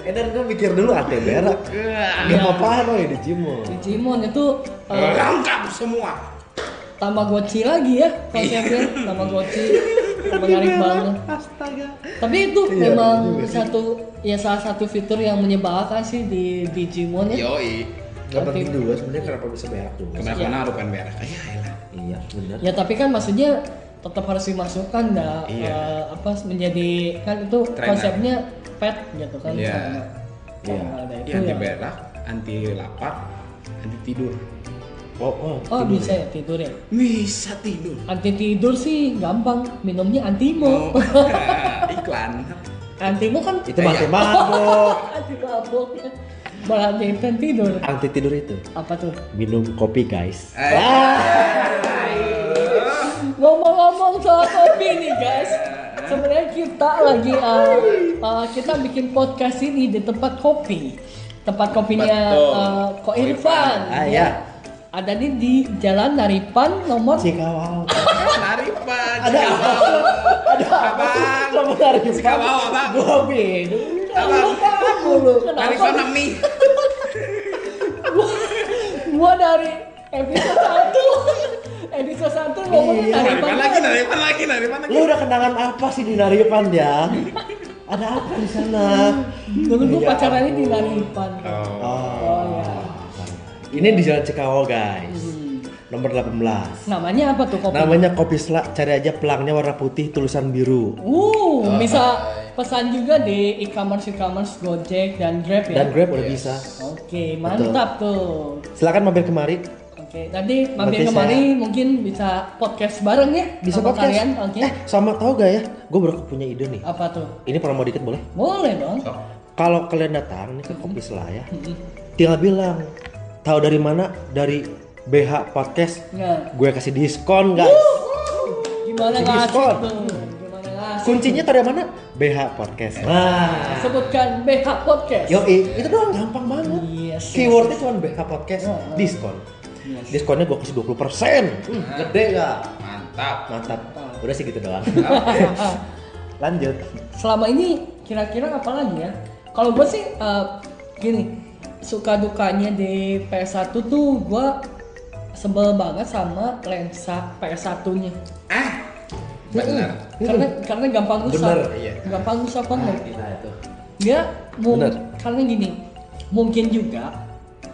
C: Eh dan gue mikir dulu anti berak. Gak
A: Iya.
C: apa-apaan loh ya di Cimol.
A: Digimon itu eh,
B: Lengkap semua.
A: Tamagotchi lagi ya konsepnya
C: Iya. *laughs*
A: Tamagotchi menarik banget. Tapi itu
C: Iya,
A: memang
C: juga sih.
A: satu ya salah satu fitur yang menyebalkan sih di Digimon
C: Iya.
A: ya.
B: Yoi.
C: Gak penting juga sebenarnya kenapa bisa berak juga.
B: Kemana-mana ada pengen berak. Ya elah.
C: Iya benar.
A: Ya tapi kan maksudnya tetap harus dimasukkan dah
B: Iya.
A: eh, apa menjadi kan itu
B: Trainer.
A: konsepnya pet gitu kan.
B: Iya.
A: sama-
C: Iya.
A: sama ada
B: Ya,
A: itu
B: anti
A: ya.
B: berak, anti lapar, anti tidur.
C: Oh, oh,
A: Oh
C: tidur
A: bisa
C: ya?
A: ya tidur ya.
B: Bisa tidur.
A: Anti tidur sih gampang, minumnya antimo.
C: *laughs*
B: Mau *laughs* iklan.
A: *laughs* Antimo kan
C: Oh. Itu mati
B: Iya.
C: mabok.
A: anti mabuk. Malah nyanyikan tidur.
C: Anti tidur itu.
A: Apa tuh?
C: Minum kopi guys.
B: Eh,
C: Ah.
A: Ngomong-ngomong soal kopi nih guys. sebenarnya kita lagi uh, uh, kita bikin podcast ini di tempat kopi tempat kopinya
B: Betul.
A: uh, Ko
B: Ko
A: Irfan
C: Irfan. Ah, ya.
A: ada nih di Jalan Naripan nomor
C: Cikawau.
B: Lari pak. Ada apa?
C: Ada apa?
B: Abang.
C: Sama dari
B: Cikawau, Abang.
C: Gua bingung.
B: Abang.
C: Apaan dulu?
B: Lari
A: kenapa
B: pak mami.
A: gua dari episode satu *laughs* episode satu ngomongnya
C: Iya,
A: Naripan
B: Laripan lagi, laripan lagi, laripan lagi.
C: Lu udah kenangan apa sih di Naripan ya? Ada apa di sana?
A: dulu gua
C: Iya,
A: pacarannya di
C: ampun.
A: Naripan Oh,
C: Oh.
A: ya.
C: Ini di Jalan Cikawau, guys.
A: Hmm.
C: Nomor 18.
A: namanya apa tuh kopi
C: Namanya kopi selak, cari aja pelangnya warna putih tulisan biru
A: Uh,
C: Ah.
A: bisa pesan juga di e-commerce e-commerce Gojek dan Grab ya.
C: dan Grab udah bisa.
A: Oke, mantap tuh.
C: Silakan mampir kemari.
A: Oke, nanti mampir
C: Berarti
A: kemari mungkin bisa podcast bareng ya
C: Bisa
A: sama
C: podcast.
A: kalian. Oke.
C: Eh, sama tahu gak ya? Gue baru punya ide nih.
A: Apa tuh?
C: Ini promo dikit boleh?
A: Boleh dong.
B: Sok.
C: Kalau kalian datang nih ke kopi selak ya, tinggal bilang tahu dari mana dari BH podcast.
A: Nah,
C: Gue kasih diskon guys.
A: gimana
C: Kunci
A: ngasih
C: diskon.
A: tuh? Gimana ngasih?
C: Kuncinya tahu dari mana? BH podcast. Nah,
A: Sebutkan BK Podcast.
C: yoi itu doang gampang banget.
A: Yes.
C: Keywordnya cuma BH podcast
A: Oh, oh.
C: diskon.
A: Yes.
C: Diskonnya gue kasih 20 persen. Hmm, gede gak?
B: Mantap.
C: Mantap. Udah sih gitu
A: *laughs*
C: doang.
A: Ah,
C: Lanjut.
A: Selama ini kira-kira apa lagi ya? Kalau gue sih eh, gini, suka dukanya di PS1 tuh gue sebel banget sama lensa PS1-nya.
B: Ah, benar.
A: Karena karena gampang rusak.
C: Iya, Bener,
B: iya.
A: Gampang rusak banget.
C: Nah itu.
A: Dia mung-
C: Bener.
A: karena gini, mungkin juga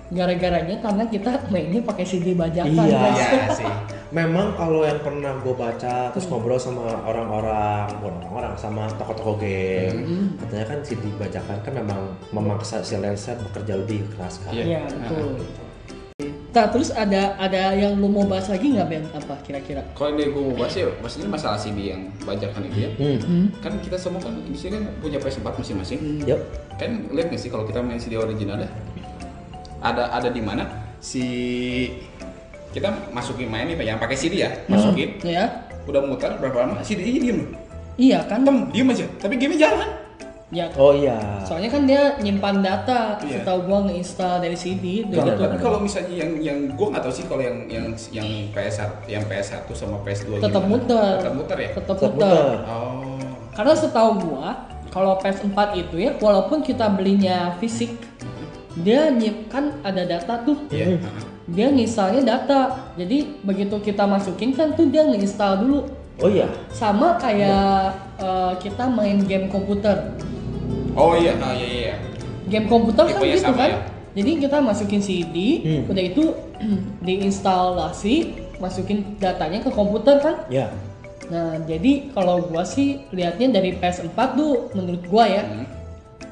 A: gara-garanya karena kita mainnya pakai CD bajakan kan?
C: Iya.
A: guys.
B: Iya sih.
C: Memang kalau yang pernah gue baca terus ngobrol sama orang-orang, bukan orang-orang sama toko-toko game,
B: Mm-hmm.
C: katanya kan si dibacakan kan memang memaksa si lensa bekerja lebih keras kan.
B: Iya.
A: Iya, betul. Nah, terus ada ada yang lu mau bahas lagi nggak Ben? Apa kira-kira?
B: Kalau yang gue mau bahas ya, bahas ini masalah CD yang bajakan itu ya.
C: Hmm.
B: Kan kita semua kan di sini kan punya PS4 masing-masing.
C: Yuk.
B: Kan lihat nggak sih kalau kita main CD original ya? Ada ada di mana si kita masukin main nih yang pakai CD ya, masukin.
A: Ya.
B: Udah mutar berapa lama CD-nya diem loh.
A: Iya kan?
B: Tem, diem aja. Tapi game-nya jalan.
A: Ya,
C: Oh iya.
A: soalnya kan dia nyimpan data,
B: Ah. Iya.
A: setahu gua nge-install dari CD, udah
C: Bener,
A: gitu.
B: Tapi kalau misalnya yang yang gue nggak tahu sih kalau yang yang yang PS1, yang PS1 sama PS2
A: Tetap
B: gimana.
A: muter.
B: Tetap muter ya.
A: Tetap
C: Tetap
A: muter.
C: muter.
B: Oh.
A: Karena setahu gua, kalau PS4 itu ya, walaupun kita belinya fisik, dia nyimpan ada data tuh.
B: Iya.
A: Dia nginstalnya data. Jadi begitu kita masukin kan tuh dia nginstal dulu.
C: Oh iya.
A: Sama kayak eh,
B: Iya.
A: kita main game komputer.
B: Oh iya, ah, iya iya.
A: Game komputer kan
B: Tipenya
A: gitu kan.
B: sama ya?
A: Jadi kita masukin CD,
C: Hmm.
A: udah itu *clears throat* diinstalasi, masukin datanya ke komputer kan.
C: Ya.
A: Nah, jadi kalau gua sih lihatnya dari PS4 tuh menurut gua ya.
B: Hmm.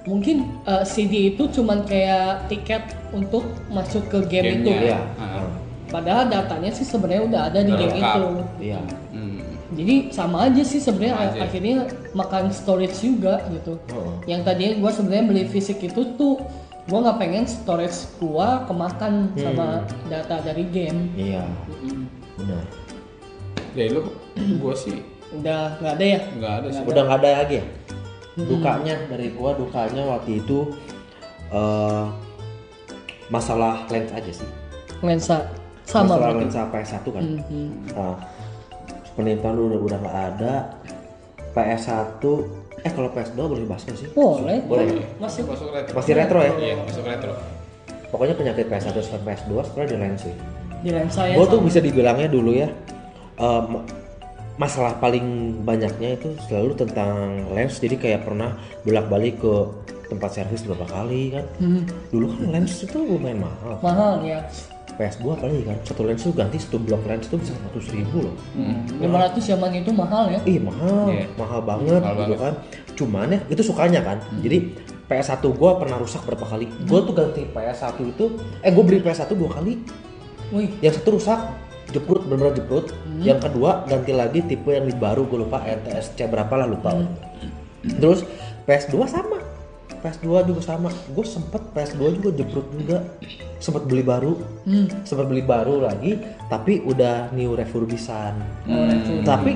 A: Mungkin eh, CD itu cuman kayak tiket untuk masuk ke game itu.
B: Gamenya.
C: Iya.
B: Ah.
A: Padahal datanya sih sebenarnya udah ada di
B: Udah
A: game
B: lengkap.
A: itu.
C: Iya.
B: Hmm.
A: Jadi sama aja sih
B: Sama
A: sebenarnya
B: aja.
A: akhirnya makan storage juga gitu.
B: Oh.
C: Heeh.
A: Yang tadinya gua sebenarnya beli fisik itu tuh gua nggak pengen storage gua kemakan sama data dari game.
C: Iya.
B: Mm-hmm.
C: Benar.
B: Ya lu gua sih
A: Udah nggak ada ya?
B: nggak ada Mm-hmm. sih.
C: Udah nggak ada lagi ya? Dukanya dari gua dukanya waktu itu eh masalah lens aja sih.
A: Lensa sama
C: masalah
A: berarti.
C: lensa PS1 kan.
A: Mhm.
C: Nah, Super Nintendo udah udah nggak ada. PS1 eh kalau PS2 boleh bahas nggak sih?
A: Boleh.
C: Boleh.
A: Masuk.
B: masuk retro.
C: Masih retro ya?
B: Iya, masuk retro.
C: Pokoknya penyakit PS1 sama PS2 setelah di lain sih.
A: Di lensa ya.
C: Gue tuh
A: sama.
C: bisa dibilangnya dulu ya em, masalah paling banyaknya itu selalu tentang lens. Jadi kayak pernah bolak-balik ke tempat servis berapa kali kan.
A: Hmm,
C: Dulu kan lens itu lumayan mahal.
A: mahal ya.
C: PS2 apalagi kan satu lens tuh ganti satu blok lens tuh bisa 100 ribu loh.
A: 500 zaman itu mahal ya.
C: ih mahal,
B: Iya.
C: mahal banget
B: Mahal
C: gitu
B: banget. Hmm.
C: kan. Cuman ya itu sukanya kan. Jadi PS1 gua pernah rusak berapa kali. Gua tuh ganti PS1 itu eh gua beli PS1 dua kali.
A: Wih,
C: Yang satu rusak jeprut benar-benar jeprut.
B: Hmm.
C: Yang kedua ganti lagi tipe yang lebih baru gua lupa ETSC berapa lah lupa.
B: Hmm.
C: Terus PS2 sama. PS2 juga sama. Gue sempet PS2 juga jeprut juga. Sempet beli baru.
A: hmm.
C: Sempet beli baru lagi tapi udah new refurbisan.
B: Hmm.
A: murah tuh.
C: Tapi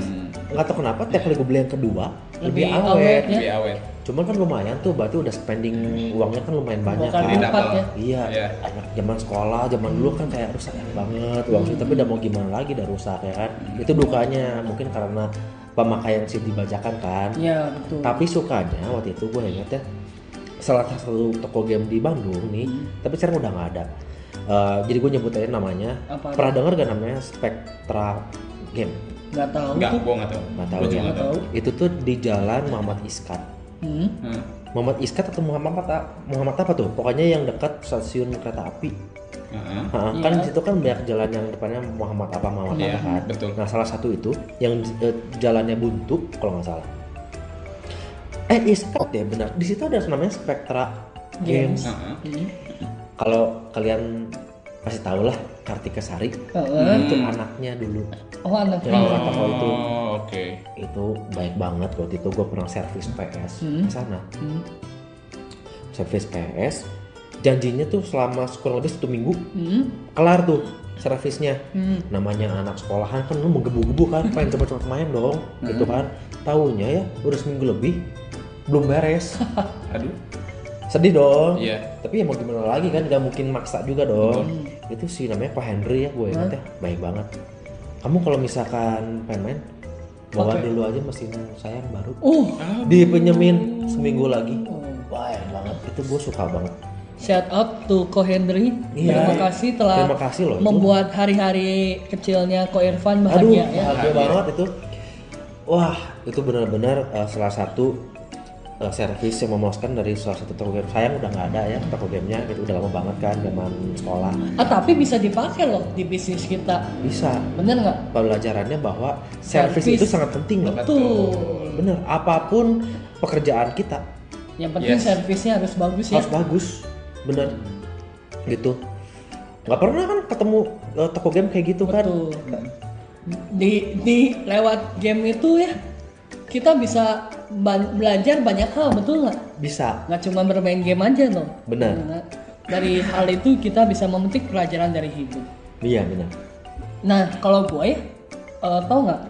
C: nggak tahu kenapa tiap kali gue beli yang kedua lebih,
A: Lebih awet,
C: awet.
A: ya.
B: Lebih awet.
C: Cuman kan lumayan tuh, berarti udah spending uangnya kan lumayan banyak
A: Bukan
C: kan.
B: Beda
A: Empat
B: kalau-
A: ya?
C: Iya,
B: Iya.
C: anak zaman sekolah, zaman dulu kan kayak aduh sayang banget uang sih, tapi udah mau gimana lagi udah rusak ya kan. Itu dukanya mungkin karena pemakaian sih dibajakan kan.
A: Iya betul.
C: Tapi sukanya waktu itu gue ingat ya salah satu toko game di Bandung nih,
A: Hmm,
C: tapi sekarang udah nggak ada. Eh, jadi gue nyebut aja namanya.
A: Apa?
C: Pernah denger gak namanya Spectra Game?
A: Nggak tahu
B: Enggak,
A: tuh.
B: gua nggak tahu.
C: Nggak tahu
B: Gua juga
C: ya.
B: nggak tahu.
C: Itu tuh di Jalan Muhammad Iskat.
A: Hmm.
B: Hmm.
C: Muhammad Iskat atau Muhammad apa, Muhammad apa tuh? Pokoknya yang dekat stasiun kereta api.
B: Heeh.
C: Hah, Kan di situ kan banyak jalan yang depannya Muhammad apa Muhammad
B: Iya,
C: apa kan.
B: betul.
C: Nah salah satu itu yang eh, jalannya buntu kalau nggak salah. Eh Iskat ya benar. Di situ ada namanya Spectra
A: Games.
C: Games.
B: Heeh.
A: Hmm.
C: Kalau kalian pasti tahu lah Kartika Sari
A: Heeh.
C: itu anaknya dulu
A: Oh anaknya.
C: Yang kata kalau itu
B: Oh, oke.
C: itu baik banget waktu itu gue pernah servis PS
A: Hmm.
C: ke sana
A: Hmm.
C: servis PS janjinya tuh selama kurang lebih satu minggu
A: Hmm.
C: kelar tuh servisnya
A: Hmm.
C: namanya anak sekolahan kan lu menggebu-gebu kan pengen cepet-cepet main dong gitu
A: Hmm.
C: kan tahunya ya udah seminggu lebih belum
A: *laughs*
C: beres
B: Aduh.
C: sedih dong
B: Iya.
C: tapi ya mau gimana lagi kan nggak mungkin maksa juga dong
A: Hmm.
C: itu sih namanya Pak Henry ya gue ingat ya baik banget kamu kalau misalkan pengen main bawa
A: Oke.
C: dulu aja mesin saya yang baru
A: Uh.
C: dipenyemin seminggu lagi
A: Oh.
C: baik banget itu gue suka banget
A: Shout out to Ko Hendry.
C: Iya.
A: Terima kasih telah
C: Terima kasih loh, itu.
A: membuat hari-hari kecilnya Ko Irfan
C: aduh
A: bahagia ya.
C: bahagia banget itu wah itu benar-benar eh, salah satu eh, servis yang memuaskan dari salah satu toko game sayang udah nggak ada ya toko gamenya itu udah lama banget kan zaman sekolah
A: Ah tapi bisa dipakai loh di bisnis kita.
C: bisa
A: Bener nggak?
C: pelajarannya bahwa servis
A: Servis.
C: itu sangat penting loh
A: Betul.
C: bener apapun pekerjaan kita
A: Yang penting
B: Yes.
A: servisnya harus bagus ya.
C: harus bagus bener gitu nggak pernah kan ketemu eh, toko game kayak gitu kan
A: Betul. Di di lewat game itu ya kita bisa ban- belajar banyak hal betul nggak?
C: bisa
A: Nggak cuma bermain game aja loh.
C: Benar.
A: Benar. Dari hal itu kita bisa memetik pelajaran dari hidup.
C: iya bener
A: Nah, kalau gue ya, eh, tau nggak?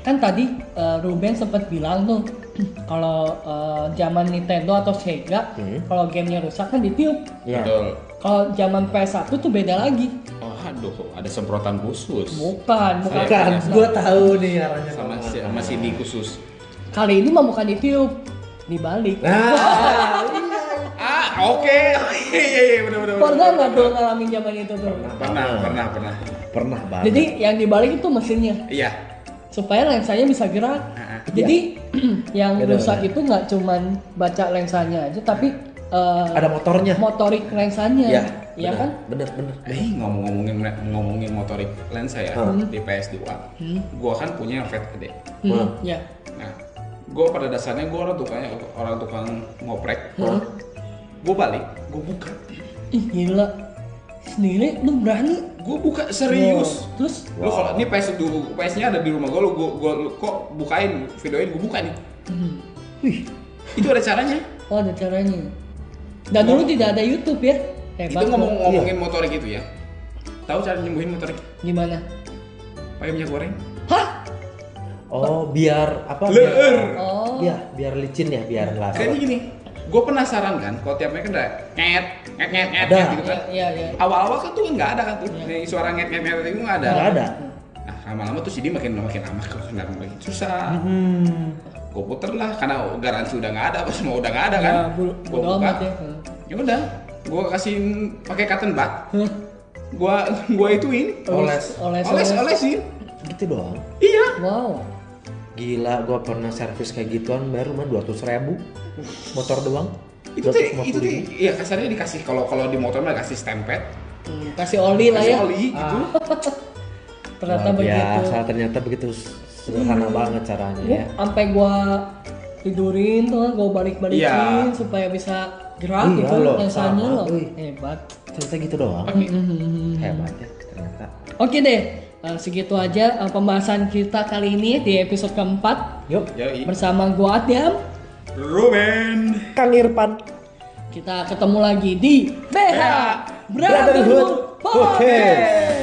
A: Kan tadi eh, Ruben sempat bilang tuh *clears throat* kalau eh, zaman Nintendo atau Sega,
C: Hmm.
A: kalau gamenya rusak kan ditiup.
C: Iya.
B: Betul.
A: Kalau zaman PS1 tuh beda lagi.
B: Oh, aduh, ada semprotan khusus.
A: Bukan, bukan.
C: Bukan, gue tahu nih arahnya
B: Sama
C: kemana.
B: si, sama CD khusus.
A: Kali ini mah bukan ditiup, dibalik.
B: *laughs*
C: Nah,
B: Ah, oke. *laughs* Iya, iya, iya, benar benar.
A: Pernah nggak tuh ngalamin zaman itu tuh?
B: Pernah, pernah, pernah.
C: pernah banget.
A: Jadi yang dibalik itu mesinnya.
B: Iya.
A: supaya lensanya bisa gerak.
B: Ah,
A: Jadi *clears throat*
B: Iya.
A: yang
C: Benar,
A: rusak
C: benar.
A: itu nggak cuman baca lensanya aja, tapi eh,
C: ada motornya.
A: motorik lensanya,
C: Iya,
A: ya
C: bener,
A: kan?
C: Bener, bener.
B: Eh, ngomong-ngomongin ngomongin motorik lensa ya
C: Hmm.
B: di PS2. Gua kan punya yang fat gede.
A: Hmm,
C: Wah.
A: ya.
B: Nah, gue pada dasarnya gue orang tukang orang tukang ngoprek. Gue balik, gue buka,
A: Ih gila, sendiri lu berani?
B: gue buka serius.
A: Wow. Terus
B: Lu kalau ini PS dulu, PS-nya ada di rumah gue, lu gua, gua- lu kok bukain, videoin gue buka nih.
A: Hmm.
B: Itu ada caranya.
A: oh ada caranya. Dan dulu tidak ada YouTube ya? Hebat. Iya.
B: Itu
A: lu.
B: ngomong ngomongin motorik itu ya. Tahu cara nyembuhin motorik?
A: Gimana?
B: Pakai minyak goreng.
A: Hah?
C: Oh, biar apa?
B: Leer.
A: Oh.
C: Biar, ya, biar licin ya, biar nggak
B: Kayaknya gini, gue penasaran kan, kalau tiap mereka ada nget, nget, nget, nget,
C: Ada.
B: nget gitu kan.
A: Iya, iya.
B: Awal-awal kan tuh kan nggak ada kan tuh, Nih, suara nget, nget, nget itu nggak ada.
C: Nggak ada.
B: Nah, lama-lama tuh CD makin makin lama kok kenapa makin susah.
C: Hmm.
B: Gue puter lah karena garansi udah nggak ada, apa semua udah nggak ada kan.
A: Ya, bul-
B: Gua
A: bodo
B: buka.
A: amat ya.
B: Ya udah, gue kasihin pakai cotton bud.
A: Hah?
B: Gue gue ituin.
C: Oles.
A: Oles.
B: Oles, olesin.
C: Gitu doang.
B: Iya.
A: Wow.
C: Gila, gua pernah servis kayak gituan baru mah 200 ribu motor doang.
B: Itu teh,
C: 250
B: itu teh,
C: ribu.
B: ya kasarnya dikasih kalau kalau di motor mah kasih stempet,
A: Hmm, kasih oli lah
B: kasih
A: ya.
B: oli gitu.
A: *laughs* Ternyata
C: Luar
A: begitu.
C: biasa, ternyata begitu sederhana banget caranya ya.
A: Ya, sampai gua tidurin tuh kan, gua balik-balikin
B: Iya.
A: supaya bisa gerak
C: Iya
A: gitu
C: loh,
A: lensanya loh.
C: sama, wih.
A: Hebat. *laughs*
C: Ternyata gitu doang.
B: Pakai
A: Hmm.
C: Hebat ya, ternyata.
A: Oke deh, eh, segitu aja eh, pembahasan kita kali ini di episode keempat
C: Yuk,
B: Yoi.
A: bersama gua Adam.
B: Ruben.
C: Kang Irfan.
A: Kita ketemu lagi di BH
B: BH
A: Brotherhood
C: Brotherhood
A: Podcast.
C: Podcast.